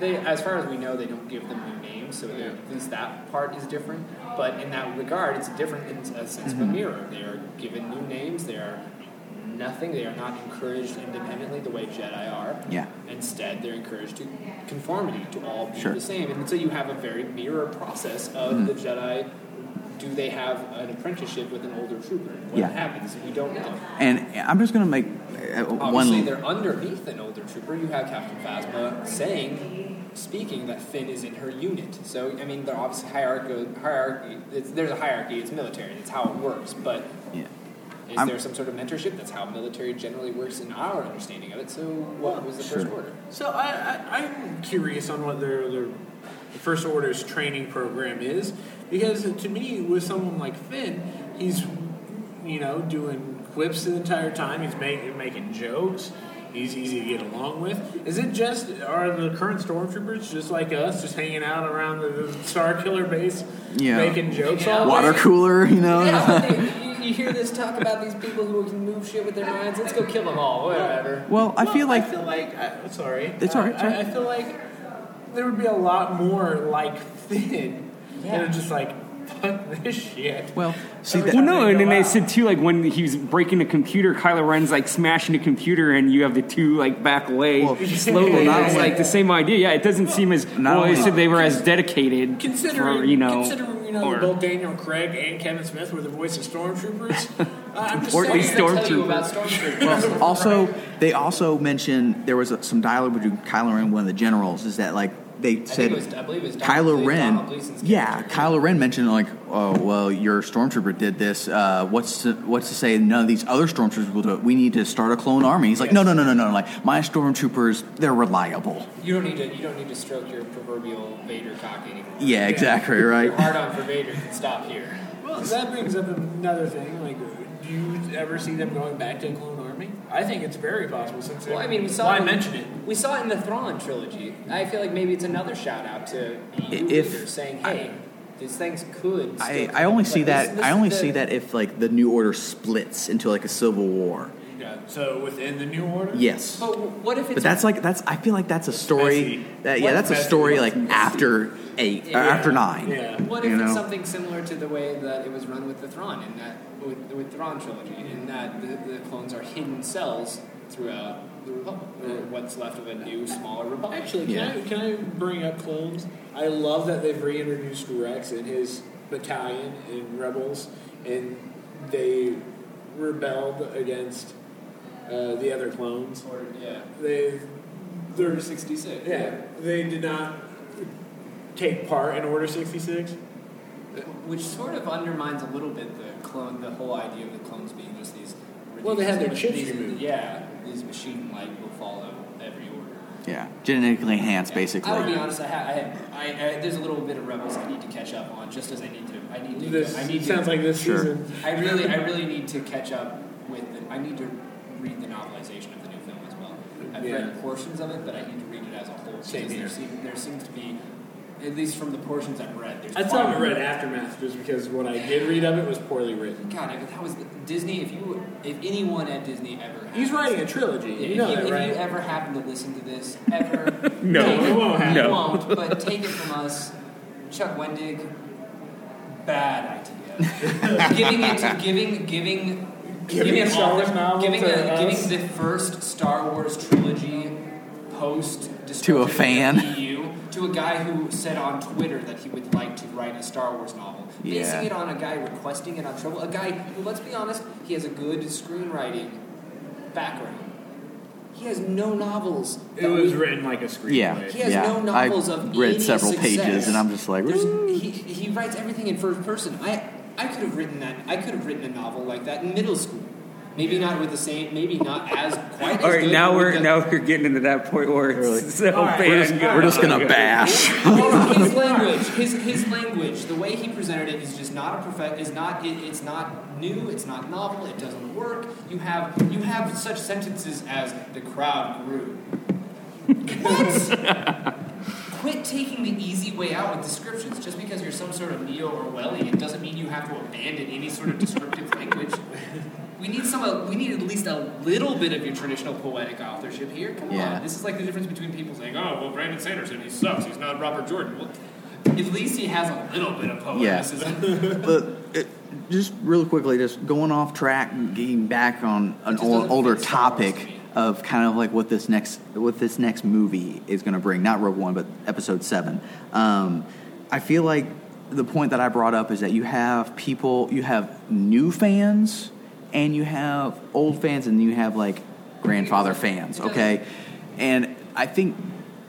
They, as far as we know, they don't give them new names, so at least that part is different. But in that regard, it's different in a sense of a
Mm-hmm.
mirror. They are given new names. They are nothing. They are not encouraged independently the way Jedi are.
Yeah.
Instead, they're encouraged to conformity to all be
Sure. Mm.
the same, and so you have a very mirror process of the Jedi. Do they have an apprenticeship with an older trooper? What
Yeah.
happens? We don't know.
and i'm just going to make uh,
Obviously,
one
they're underneath an older trooper. You have Captain Phasma saying, speaking that Finn is in her unit. So, I mean, they're obviously hierarchy. hierarchy it's, there's a hierarchy. It's military. That's how it works. But
yeah.
is
I'm-
there some sort of mentorship? That's how military generally works in our understanding of it. So, what was the first
Sure.
order?
So I, I, I'm curious on what their, their the First Order's training program is because to me, with someone like Finn, he's you know doing quips the entire time. He's making making jokes. He's easy to get along with. Is it just are the current stormtroopers just like us, just hanging out around the, the Star Killer base,
Yeah.
making jokes all
water
day?
cooler you know
Yeah, you, you hear this talk about these people who can move shit with their minds. Let's go kill them all. Whatever.
well i
No,
feel
I
like
feel like I, am sorry.
It's
Uh,
all right, it's all
I,
right.
I feel like there would be a lot more like Finn that are just like fuck this shit.
well see
Every
that,
Well,
time
no,
they
and
go
then they
out.
said too, like when he was breaking a computer, Kylo Ren's like smashing a computer, and you have the two like back away
Well,
slowly.
not
it's
only-
like the same idea. Yeah, it doesn't seem as
not
well. They
only-
said they were as dedicated.
Considering
for, you know,
considering you know
or-
both Daniel Craig and Kevin Smith were the voice of stormtroopers. uh, I'm just
Or at
saying,
least
What did I tell you
Stormtroopers.
about stormtroopers.
Well, also, they also mentioned there was a, some dialogue between Kylo Ren and one of the generals. Is that like they
I
said?
think it was- I believe it was Donald
Kylo
Gleason-
Ren.
Donald Gleason's
yeah,
character.
Kylo Ren mentioned like, oh well, your stormtrooper did this. Uh, what's to, what's to say none of these other stormtroopers will do it? We need to start a clone army. He's like, no, no, no, no, no. Like my stormtroopers, they're reliable.
You don't need to. You don't need to stroke your proverbial Vader cock anymore.
Yeah, exactly right.
Your hard on for Vader can stop here.
well, that brings up another thing. Like, do you ever see them going back to a clone army? I think it's very possible. Since
Well, I mean, we saw.
why
it in-
mention it.
We saw it in the Thrawn trilogy. I feel like maybe it's another shout out to EU
If-
leaders saying, "Hey, these things could."
I,
still
I only
come."
see
Like,
that
this- this
I
is
only
the-
see that if like the New Order splits into like a civil war.
Yeah. So within the new order.
Yes.
But what if it's
But that's like that's. I feel like that's a story.
messy.
That, yeah, that's a
Messy,
story
it's
like
messy.
after eight or after nine.
Yeah.
What
you
if
know?
it's something similar to the way that it was run with the Thrawn in that with, with Thrawn trilogy, in that the, the clones are hidden cells throughout the Republic, or what's left of a new, smaller Republic?
Actually, can,
Yeah.
I, can I bring up clones? I love that they've reintroduced Rex and his battalion in Rebels, and they rebelled against uh, the other clones.
Or- yeah,
They, they're
Order sixty six.
yeah, they did not take part in Order sixty six.
which sort of undermines a little bit the clone, the whole idea of the clones being just these.
Well, they had their
these-
chips
these-
removed.
Yeah, these machine like will follow every order.
Yeah, genetically enhanced, basically.
I will be honest. I have. I have I, I, there's a little bit of rebels I need to catch up on, just as I need to. I need to.
This
I need to,
sounds like this
Sure.
season.
I really, I really need to catch up with. The, I need to read the novelization of the new film as well. I've
Yeah.
read portions of it, but I need to read it as a whole because
Same here.
there, seem, there seems to be, at least from the portions I've read, there's.
I thought I
far-
read Aftermath just because what I did read of it was poorly written.
God, if that was Disney. If you, if anyone at Disney ever,
He's writing a trilogy.
If,
You know
if
that, right?
you ever happen to listen to this, ever,
No,
take
it won't happen.
You won't, but take it from us, Chuck Wendig. bad idea. giving it to giving giving
Giving a Star Wars
author-
novel
giving,
to
a,
us.
giving the first Star Wars trilogy post
To a fan.
EU, E to a guy who said on Twitter that he would like to write a Star Wars novel.
Yeah.
Basing it on a guy requesting it on trouble, a guy who, let's be honest, he has a good screenwriting background. He has no novels.
It
that
was
we-
written like a screenplay.
Yeah,
He has
yeah.
no novels
I
of
read
any
several pages,
success.
and I'm just like,
There's- he, he writes everything in first person. I I could have written that. I could have written a novel like that in middle school. Maybe not with the same. Maybe not as quite.
All
as
right,
good,
now
but
we're
the-
now we're getting into that point where it's so
right.
bad.
we're just, we're just gonna bash.
His, his language, his, his language, the way he presented it is just not a perfect. Is not it, it's not new. It's not novel. It doesn't work. You have you have such sentences as the crowd grew. What? Quit taking the easy way out with descriptions. Just because you're some sort of neo Orwellian doesn't mean you have to abandon any sort of descriptive language. We need some. uh, We need at least a little bit of your traditional poetic authorship here. Come
Yeah.
on, this is like the difference between people saying, "Oh, well, Brandon Sanderson, he sucks. He's not Robert Jordan." Well, at least he has a little bit of
Yeah.
poeticism.
But it, just real quickly, just going off track, and getting back on an
It just
ol
doesn't
older
fit Star Wars
topic
to me.
of kind of like what this next what this next movie is going to bring. Not Rogue One, but Episode Seven. Um, I feel like the point that I brought up is that you have people, you have new fans, and you have old fans, and you have like grandfather fans. Okay, and I think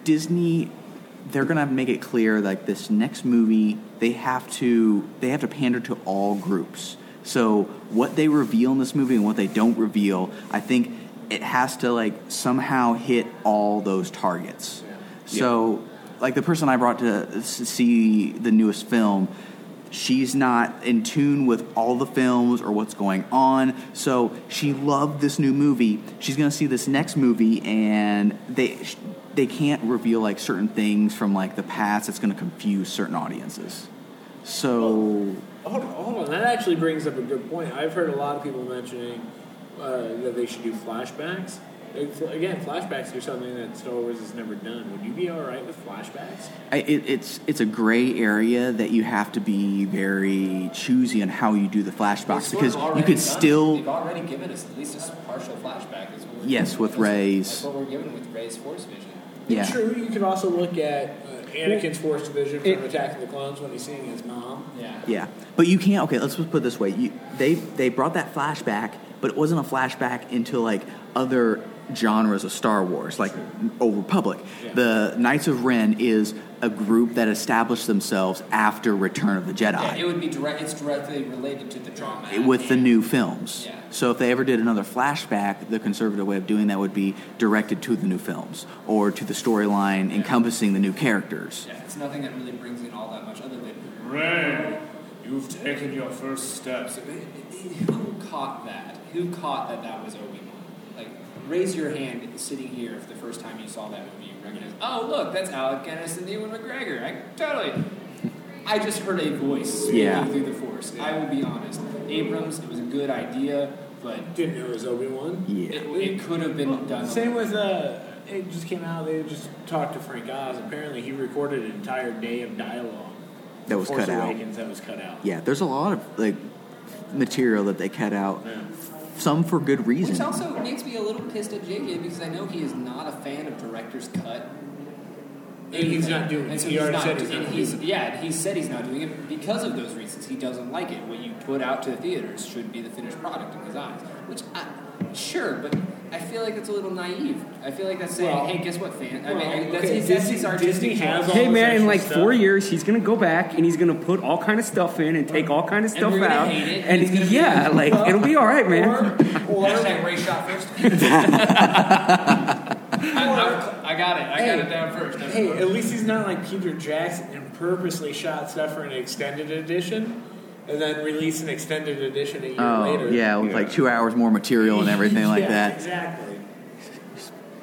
Disney they're gonna make it clear like this next movie they have to they have to pander to all groups so what they reveal in this movie and what they don't reveal i think it has to like somehow hit all those targets so like the person i brought to s- see the newest film she's not in tune with all the films or what's going on so she loved this new movie she's going to see this next movie and they sh- they can't reveal like certain things from like the past that's going to confuse certain audiences so
Hold on, hold on. That actually brings up a good point. I've heard a lot of people mentioning uh, that they should do flashbacks. Like, fl- Again, flashbacks are something that Star Wars has never done. Would you be all right with flashbacks?
I, it, it's it's a gray area that you have to be very choosy on how you do the flashbacks
They've sort of
because you
already
could
done it.
still
They've already given us at least a s- partial flashback. Is what we're-
Yes, with
that's-
Rey's.
That's what we're given with Ray's Force Vision.
yeah
True, you could also look at uh, Anakin's Force Division from attacking the clones when he's seeing his mom.
Yeah.
Yeah, but you can't. Okay, let's just put it this way: you, they they brought that flashback, but it wasn't a flashback into like other genres of Star Wars, like Old Republic.
Yeah.
The Knights of Ren is a group that established themselves after Return of the Jedi
Yeah, it would be direct. It's directly related to the drama at
with the
hand.
new films.
Yeah.
So if they ever did another flashback, the conservative way of doing that would be directed to the new films or to the storyline encompassing the new characters.
Yeah, it's nothing that really brings in all that much other than
Ray, you've taken your first steps.
eh, who caught that? Who caught that that was Obi Wan? Like, raise your hand sitting here if the first time you saw that movie you recognized. Oh, look, that's Alec Guinness and Ewan McGregor. I totally. I just heard a voice speaking
Yeah.
through the force. I will be honest. Abrams, it was a good idea, but
Didn't know it was Obi Wan.
Yeah.
it, it could have been done.
Same with uh, it just came out. They just talked to Frank Oz. Apparently, he recorded an entire day of dialogue.
That was
Force
cut out.
Awakens That was cut out.
Yeah, there's a lot of like material that they cut out. Some for good
Which
reason.
also makes me a little pissed at JJ because I know he is not a fan of director's cut.
And he's not doing it.
And so
He
he's
already
not,
said he's not
and
doing
he's,
it.
Yeah, and he said he's not doing it because of those reasons. He doesn't like it. What you put out to the theaters should be the finished product in his eyes. Which, I, sure, but I feel like that's a little naive. I feel like that's saying,
Well-
hey, guess what, fan? I
well,
mean, I, that's,
okay,
his, that's
Disney-
his artistic
Disney has
choice.
all
Hey
this
man, in
extra
like
stuff.
four years, he's gonna go back and he's gonna put all kind of stuff in and take all kind of stuff
we're gonna
out,
hate it, and
and
it's gonna be-
yeah, like it'll be all right, man.
Or, or
Hashtag Ray shot first. I, I- I got it. I got
Hey.
it down first. That's
Hey,
what-
at least he's not like Peter Jackson and purposely shot stuff for an extended edition and then release an extended edition a year
Oh,
later.
yeah, with like two hours more material and everything like
Yeah,
that.
Exactly.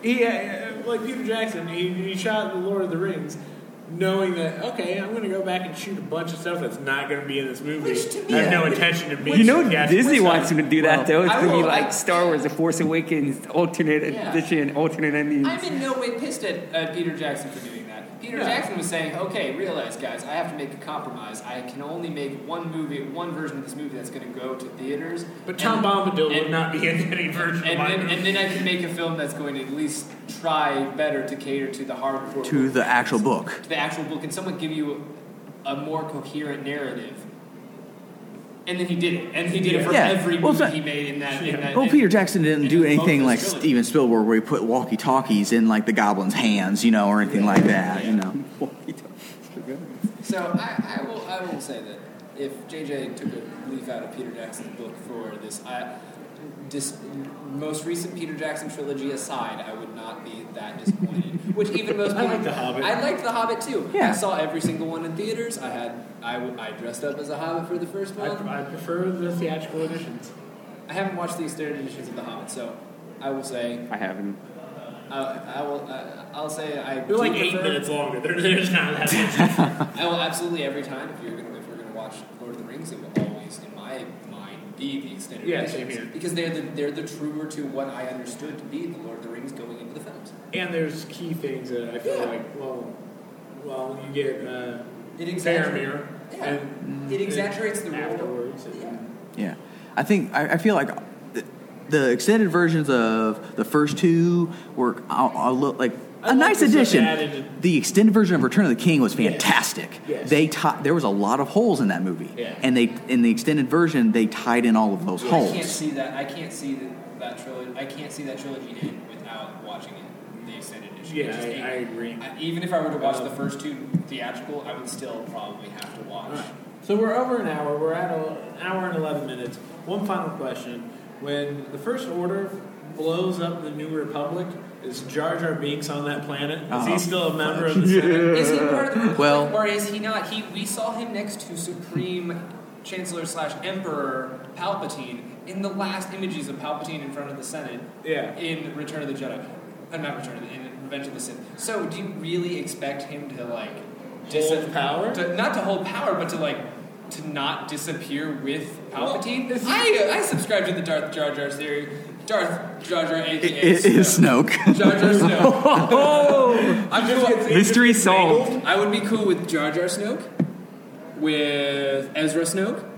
Yeah, like Peter Jackson, he, he shot The Lord of the Rings knowing that, okay, I'm going to go back and shoot a bunch of stuff that's not going to be in this movie.
Which to
I
me-
have no intention of being
You know
yeah,
Disney
which I-
wants him to do that though. It's
I
gonna be
will-
like Star Wars: The Force Awakens, alternate
Yeah.
edition, alternate ending.
I'm in no way pissed at, at Peter uh, Jackson for doing that. Peter Jackson was saying, okay, realize, guys, I have to make a compromise. I can only make one movie, one version of this movie that's going to go to theaters.
But Tom Bombadil would not be in any version of
And
my
then,
movie.
and then I can make a film that's going to at least try better to cater to the hardcore.
to the actual book.
to the actual book. Can someone give you a more coherent narrative? And then he did it. And he did it for
Yeah.
every
Well,
movie
it's not-
he made in that. In that
Well, Oh, Peter Jackson didn't
and
do
it was both
anything
his
like
trilogy.
Steven Spielberg, where he put walkie talkies in like the goblin's hands, you know, or anything like that. You know,
So I, I will. I will say that if JJ took a leaf out of Peter Jackson's book for this, I, dis, most recent Peter Jackson trilogy aside, I would not be that disappointed. Which even most people, I liked the Hobbit. I liked the Hobbit too.
Yeah.
I saw every single one in theaters. I had. I, w- I dressed up as a Hobbit for the first
I,
one.
I prefer the theatrical editions.
I haven't watched the extended editions of The Hobbit, so I will say
I haven't.
I, I will I, I'll say I
They're
do
like eight
prefer-
minutes longer. They're, there's not that much.
I will absolutely every time if you're gonna if we're gonna watch Lord of the Rings, it will always in my mind be the extended
Yeah, same
editions
here.
because they're the they're the truer to what I understood to be the Lord of the Rings going into the films.
And there's key things that I feel like, well, well, you get uh,
It exaggerates.
Faramir
Yeah.
and
It exaggerates the role.
afterwards. and-
yeah. I think I, I feel like the, the extended versions of the first two were i look like a
I like
nice
the stuff
addition.
added.
The extended version of Return of the King was fantastic.
Yes.
They ti- there was a lot of holes in that movie,
Yeah.
and they in the extended version they tied in all of those
I
holes.
can't see that. I can't see that, that trilogy. I can't see that trilogy end without watching it. The extended edition. It
Yeah,
just
I,
ain't-
I agree.
I- Even if I were to watch the first two theatrical, I would still probably have to watch.
Alright. So we're over an hour. We're at a, an hour and 11 minutes. One final question. When the First Order blows up the New Republic, is Jar Jar Binks on that planet? Is
Uh-huh.
he still a member of the Senate?
Is he part of the Republic
Well-
or is he not? He we saw him next to Supreme Chancellor slash Emperor Palpatine in the last images of Palpatine in front of the Senate
Yeah.
in Return of the Jedi. Uh, not Return of the in Revenge of the Sith. So do you really expect him to like
Hold power?
to, not to hold power, but to like to not disappear with
Well,
Palpatine?
if-
I I subscribe to the Darth Jar Jar theory. Darth Jar Jar, aka
It- it is
Snoke.
Snoke.
Jar Jar Snow. I'm cool.
Mystery solved.
I would be cool with Jar Jar Snoke, with Ezra Snoke,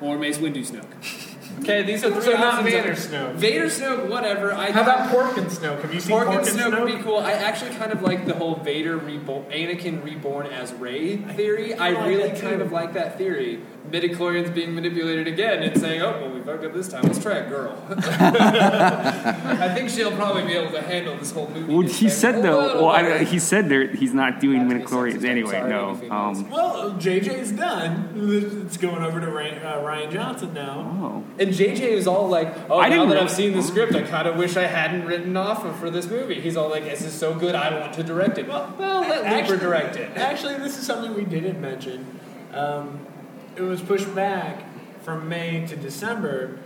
or Mace Windu Snoke. Okay, these are the three
So not
options.
Vader Snoke.
Vader Snoke, whatever. I
How about Pork and Snoke? Have you seen
Pork
Pork,
and
and
Snoke
Snoke?
would be cool. I actually kind of like the whole Vader reborn, Anakin reborn as Rey theory. I,
I like
really
that
kind
too.
of like that theory. Midichlorians being manipulated again and saying, oh, well, we fucked up this time. Let's try a girl. I think she'll probably be able to handle this whole movie.
Well, he
It's like,
said though.
"Whoa,
Well, I,
alright."
he said there he's not doing
Not to be
midichlorians
sexist, I'm
anyway.
sorry,
No.
if it
Um,
Well, JJ's done. It's going over to Ryan, uh, Ryan Johnson now.
oh.
And JJ was all like, "Oh,
I
now
didn't
that
know-
I've seen the script, I kind of wish I hadn't written off of- for this movie." He's all like, "This is so good, I want to direct it." Well, let Looper
actually-
direct it.
Actually, this is something we didn't mention. Um, it was pushed back from May to December.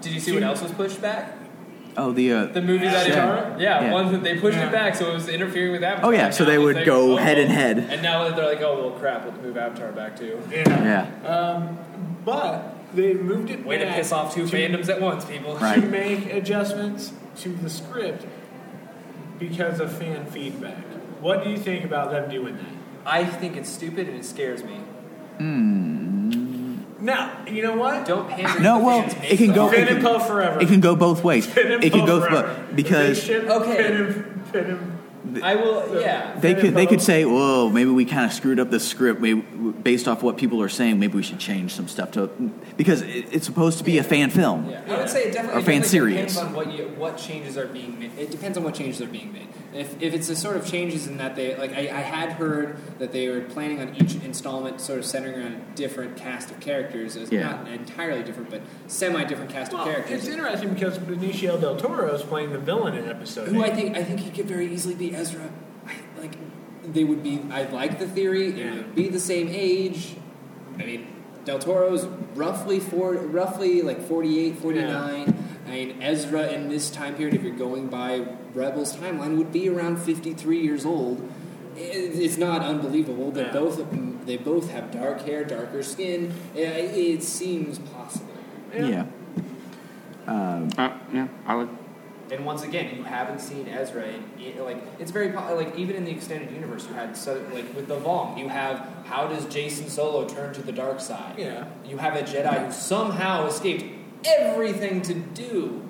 Did you see what else was pushed back?
Oh, the uh,
The movie that
Yeah.
it, yeah,
Yeah.
one that they pushed
Yeah.
it back, so it was interfering with Avatar.
Oh, yeah,
And
so
now
they
it's
would
like,
go
oh,
head and
well.
head.
And now they're like, "Oh well, crap, let's move Avatar back too."
yeah.
Um, but they moved it
Way to
back
piss off two fandoms at once, people.
Right.
to make adjustments to the script because of fan feedback. What do you think about them doing that?
I think it's stupid and it scares me.
Now, you know what?
Don't pander.
No,
to the
well,
fans,
it
based
can
on-
go-
Finn and Poe forever.
It can go both ways.
Finn and
It can
Poe
go
forever.
both because
They should
Okay.
Finn and, Finn and
I will. Yeah.
they
Finn
could
and
they could
Poe.
say, "Whoa, maybe we kind of screwed up the script. Maybe, based off what people are saying, maybe we should change some stuff to because it, it's supposed to be a fan film."
Yeah, I would say it definitely,
Or fan
definitely
series.
depends on what you, what changes are being made. It depends on what changes are being made. If, if it's the sort of changes in that they like, I, I had heard that they were planning on each installment sort of centering around a different cast of characters. It's
Yeah.
not entirely different, but semi different cast of
Well, it's
characters.
interesting because Benicio del Toro is playing the villain in episode.
Who I
eight.
think I think he could very easily be Ezra. I, like they would be. I like the theory.
Yeah.
It would be the same age. I mean, Del Toro's roughly four, roughly like 48, 49. I mean, Ezra in this time period, if you're going by Rebels timeline, would be around fifty three years old. I- It's not unbelievable. They
Yeah.
both they both have dark hair, darker skin. I- It seems possible.
Yeah.
Uh, yeah. I would.
And once again, you haven't seen Ezra, and it, like it's very po- like even in the extended universe, you had so like with the Vong, you have how does Jason Solo turn to the dark side?
Yeah.
You have a Jedi who somehow escaped everything to do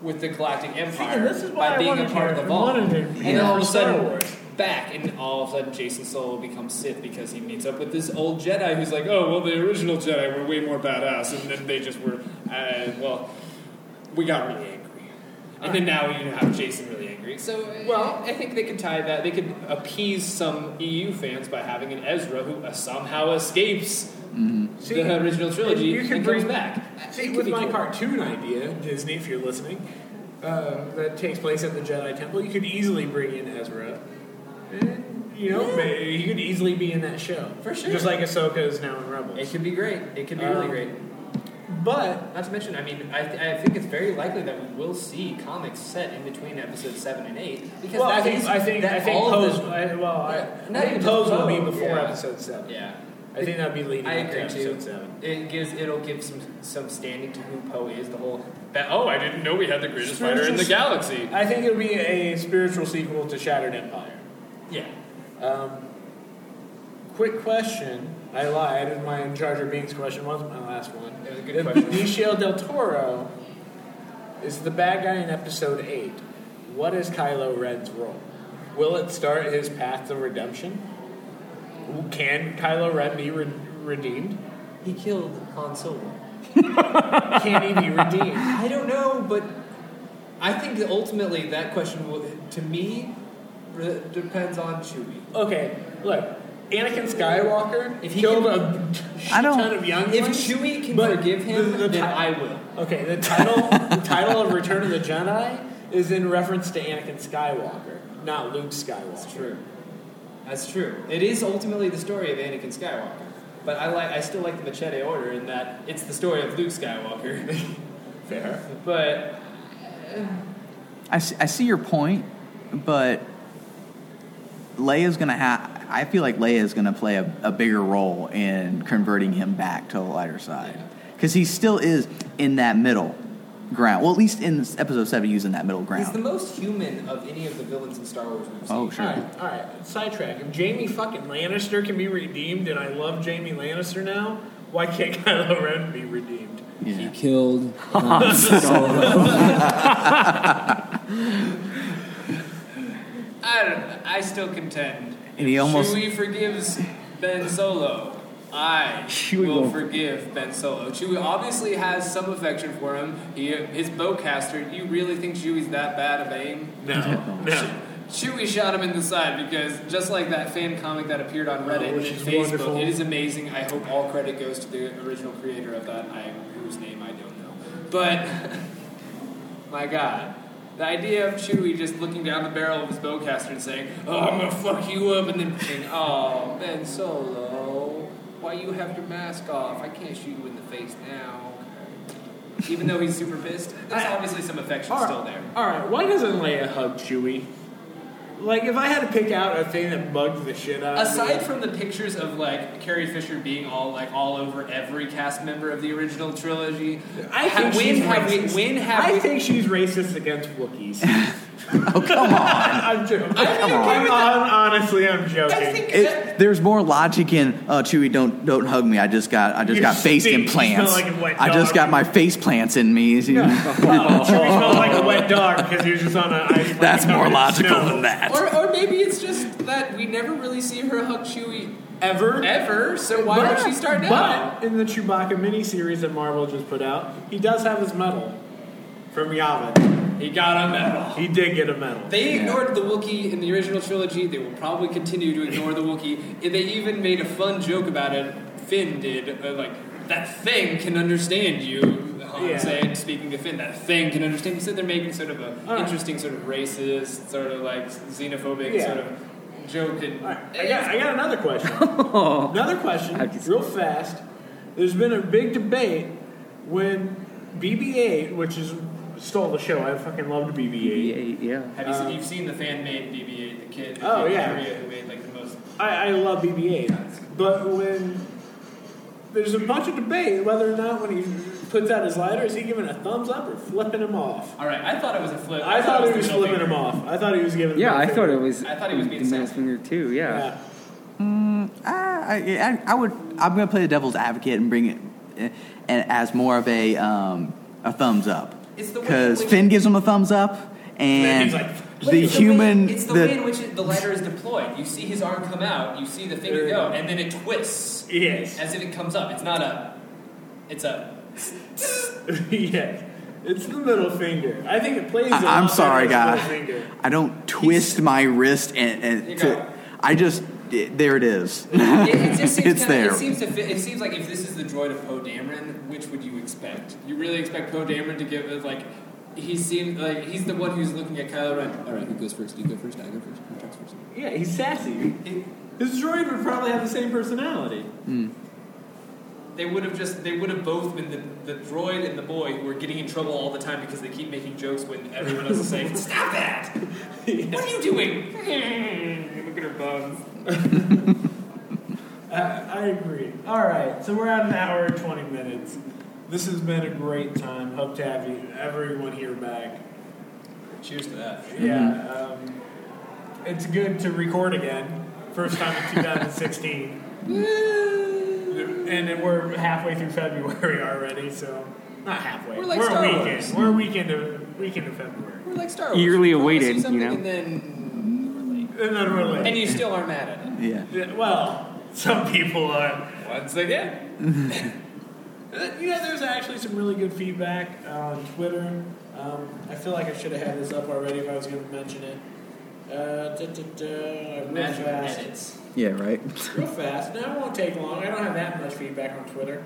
with the Galactic Empire
this is why I
by being a
wanted
part
you.
of the
I
Vong,
wanted it
and then all of a
for Star
sudden
Wars.
back, and all of a sudden Jason Solo becomes Sith because he meets up with this old Jedi who's like, oh,
well, the original Jedi were way more badass, and then they just were, uh, well,
we got really angry. And then now you have Jason really angry. So uh,
Well-
I think they could tie that. They could appease some EU fans by having an Ezra who uh, somehow escapes
See,
the original trilogy
you can
and
bring-
comes back.
See,
It could
with
be
my
cool.
cartoon idea, Disney, if you're listening, uh, that takes place at the Jedi Temple, you could easily bring in Ezra. And, you know, ma- he could easily be in that show.
For sure.
Just like Ahsoka is now in Rebels.
It could be great. It could be
Um,
really great.
but,
Not to mention, I mean, I, I think it's very likely that we will see comics set in between episodes seven and eight because
well,
that
I think,
is-
I think,
that
I think
all of
Pose,
this-
I, well, I,
Yeah.
I
Not even
think
just
Pose will be
Pose,
before
yeah.
episode 7.
yeah,
I think that'd be leading
I
up to
agree too.
episode 7.
It gives it'll give some some standing to who Poe is. The whole
that, oh, I didn't know we had the greatest fighter in the galaxy.
I think it'll be a spiritual sequel to Shattered Empire.
yeah.
Um, quick question. I lied. and My Charger Beings question wasn't my last one.
It was a good question.
Michelle Del Toro is the bad guy in Episode Eight. What is Kylo Ren's role? Will it start his path to redemption? Can Kylo Ren be re- redeemed?
He killed Han Solo.
Can he be redeemed?
I don't know, but I think that ultimately that question will, to me re- depends on Chewie.
Okay, look. Anakin Skywalker
If he
killed
can-
a shit
I don't-
ton of young
If Chewie can forgive him, then I will.
Okay, the title the title of Return of the Jedi is in reference to Anakin Skywalker, not Luke Skywalker.
True. That's true. It is ultimately the story of Anakin Skywalker. But I like I still like the machete order in that it's the story of Luke Skywalker.
Fair.
but
I see, I see your point, but Leia's gonna have. I feel like Leia is gonna play a, a bigger role in converting him back to the lighter side because he still is in that middle ground. Well, at least in episode seven, he's in that middle
he's the
ground.
most human of any of the villains in Star Wars movies.
Oh, sure.
Alright, alright. Sidetrack. If Jamie fucking Lannister can be redeemed and I love Jamie Lannister now, why can't Kylo Ren be redeemed?
He
Yeah.
killed Han Solo.
I don't know. I still contend.
And he almost-
Chewie forgives Ben Solo. I
Chewie
will
will-
forgive Ben Solo. Chewie obviously has some affection for him. He, his bowcaster. You really think Chewie's that bad of aim?
No. No.
Chewie shot him in the side because just like that fan comic that appeared on Reddit
Oh, which
and
is
Facebook,
wonderful.
it is amazing. I hope all credit goes to the original creator of that, I, whose name I don't know. But my God, the idea of Chewie just looking down the barrel of his bowcaster and saying, "Oh, I'm gonna fuck you up," and then saying, "Oh, Ben Solo, why you have your mask off? I can't shoot you in the face now." Even though he's super pissed, there's obviously some affection still there.
Alright, why doesn't Leia hug Chewie? Like if I had to pick out a thing that bugged the shit out of me-
Aside from the pictures of like Carrie Fisher being all like all over every cast member of the original trilogy,
I
ha-
think
when
she's
have we?
racist.
When have
I
we?
think she's racist against Wookiees.
Oh come on!
I'm joking.
Come okay on. with
honestly, I'm joking.
I think that-
It, there's more logic in uh, Chewie. Don't don't hug me. I just got I just
You
got face
stink. You
implants.
smell like a wet
I just
dog.
got my face plants in me.
Chewie smells like a wet dog because he was just on an ice. planet
Oh. That's more
covered in
logical
snow.
than that.
or, or maybe it's just that we never really see her hug Chewie ever, ever. So why would she start now?
But in the Chewbacca miniseries that Marvel just put out, he does have his medal from Yavin.
He got a medal.
He did get a medal.
They ignored the Wookiee in the original trilogy. They will probably continue to ignore the Wookiee. They even made a fun joke about it. Finn did. uh, Like, that thing can understand you. Han
Yeah.
said, speaking to Finn, that thing can understand you. So they're making sort of a
All right.
interesting, sort of racist, sort of like xenophobic
Yeah.
sort of joke. And,
All right, I got, I got another question. another question, real fast. There's been a big debate when BB-8, which is stole the show. I fucking loved
E
BB-8.
E yeah.
Have you seen, you've seen the fan made BB-8, the kid, the
Um, Oh,
kid in
yeah.
Korea who made like the most.
I, I love BB-8, but when there's a bunch of debate whether or not when he puts out his lighter. Is he giving a thumbs up or flipping him off?
All right, I thought it was a flip.
I thought he was
the middle
flipping
finger.
him off. I thought he was giving.
Yeah,
the
I
middle
thought
finger.
it was.
I thought he was being
the middle finger too. Yeah.
Yeah.
I, I, I would. I'm going to play the devil's advocate and bring it eh, and as more of a um, a thumbs up.
It's the way-
because
way-
Finn gives him a thumbs up, and
he's like,
the human
It's the, way in which it, the lighter is deployed. You see his arm come out, you see the finger go, and then it twists
Yes.
as if it comes up. It's not a. It's a.
yes. It's the middle finger. I think it plays. a
I,
lot
I'm sorry, guy.
better as the middle finger.
I don't twist my wrist and,
You
and
got it.
to, I just it, there it is.
It, it just seems
It's
kinda,
there.
It seems, to fit, it seems like if this is the droid of Poe Dameron, which would you expect? You really expect Poe Dameron to give it like. He seemed like he's the one who's looking at Kylo Ren.
All right, who goes first? You go first. I go first. Who talks first?
Yeah, he's sassy. His droid would probably have the same personality.
Hmm.
They would have just they would have both been the, the droid and the boy who are getting in trouble all the time because they keep making jokes when everyone else is saying, Stop that! What are you doing? Look at her bones.
I, I agree. All right, so we're at an hour and 20 minutes. This has been a great time. Hope to have you, everyone here back.
Cheers to that.
Yeah, um, it's good to record again. First time in 2016. and then we're halfway through February already, so not halfway.
We're like
a
Star
weekend.
Wars.
We're a weekend of weekend of February.
We're like Star Wars. We
Eagerly
promise
awaited, you
something
know?
And then
And then we're
and
like,
you still are mad at it.
yeah.
yeah, well, some people are.
Once again.
Uh, You know, there's actually some really good feedback on Twitter. Um, I feel like I should have had this up already if I was going to mention it. Uh, da, da, da, real
Imagine
fast.
edits.
Yeah. Right.
Real fast. No, it won't take long. I don't have that much feedback on Twitter.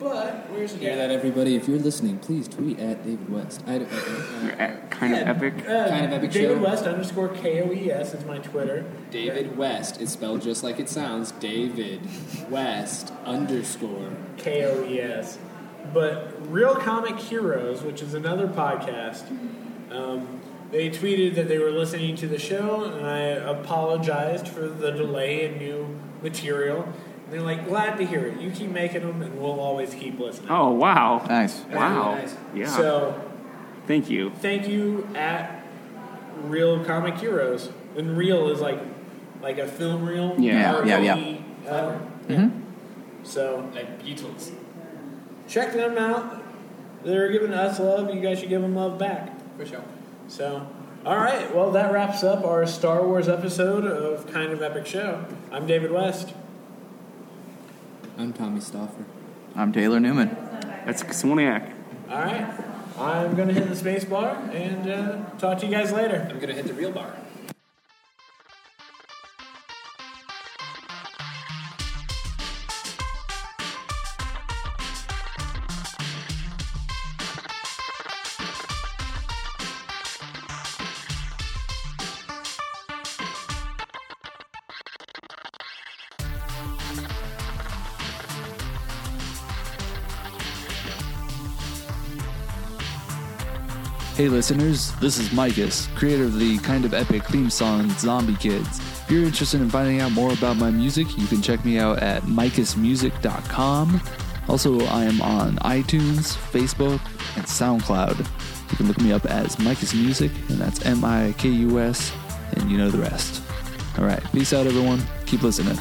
But where's it
Hear
at?
that, everybody? If you're listening, please tweet at David West. I don't, uh, uh,
Uh, Kind of
Yeah.
epic.
Uh,
Kind of epic
David
show.
West underscore K O E S is my Twitter.
David West is spelled just like it sounds. David West underscore.
K O E S. But Real Comic Heroes, which is another podcast, um, they tweeted that they were listening to the show, and I apologized for the delay in new material. And they're like, glad to hear it. You keep making them, and we'll always keep listening.
Oh wow.
Nice.
Wow.
Nice.
Yeah.
So
Thank you.
thank you at Real Comic Heroes. And Real is like like a film reel.
Yeah, Mm-hmm.
R O
yeah, yeah.
E, uh, So
Like Beatles.
check them out. They're giving us love. You guys should give them love back.
For sure.
So, all right. Well, that wraps up our Star Wars episode of Kind of Epic Show. I'm David West.
I'm Tommy Stoffer.
I'm Taylor Newman.
That's Soniac.
All right. I'm going to hit the space bar and uh, talk to you guys later.
I'm gonna hit the real bar.
Hey listeners, this is Micus, creator of the kind of epic theme song Zombie Kids. If you're interested in finding out more about my music, you can check me out at micusmusic.com. Also, I am on iTunes, Facebook, and SoundCloud. You can look me up as Micus Music, and that's M I K U S, and you know the rest. All right, peace out, everyone. Keep listening.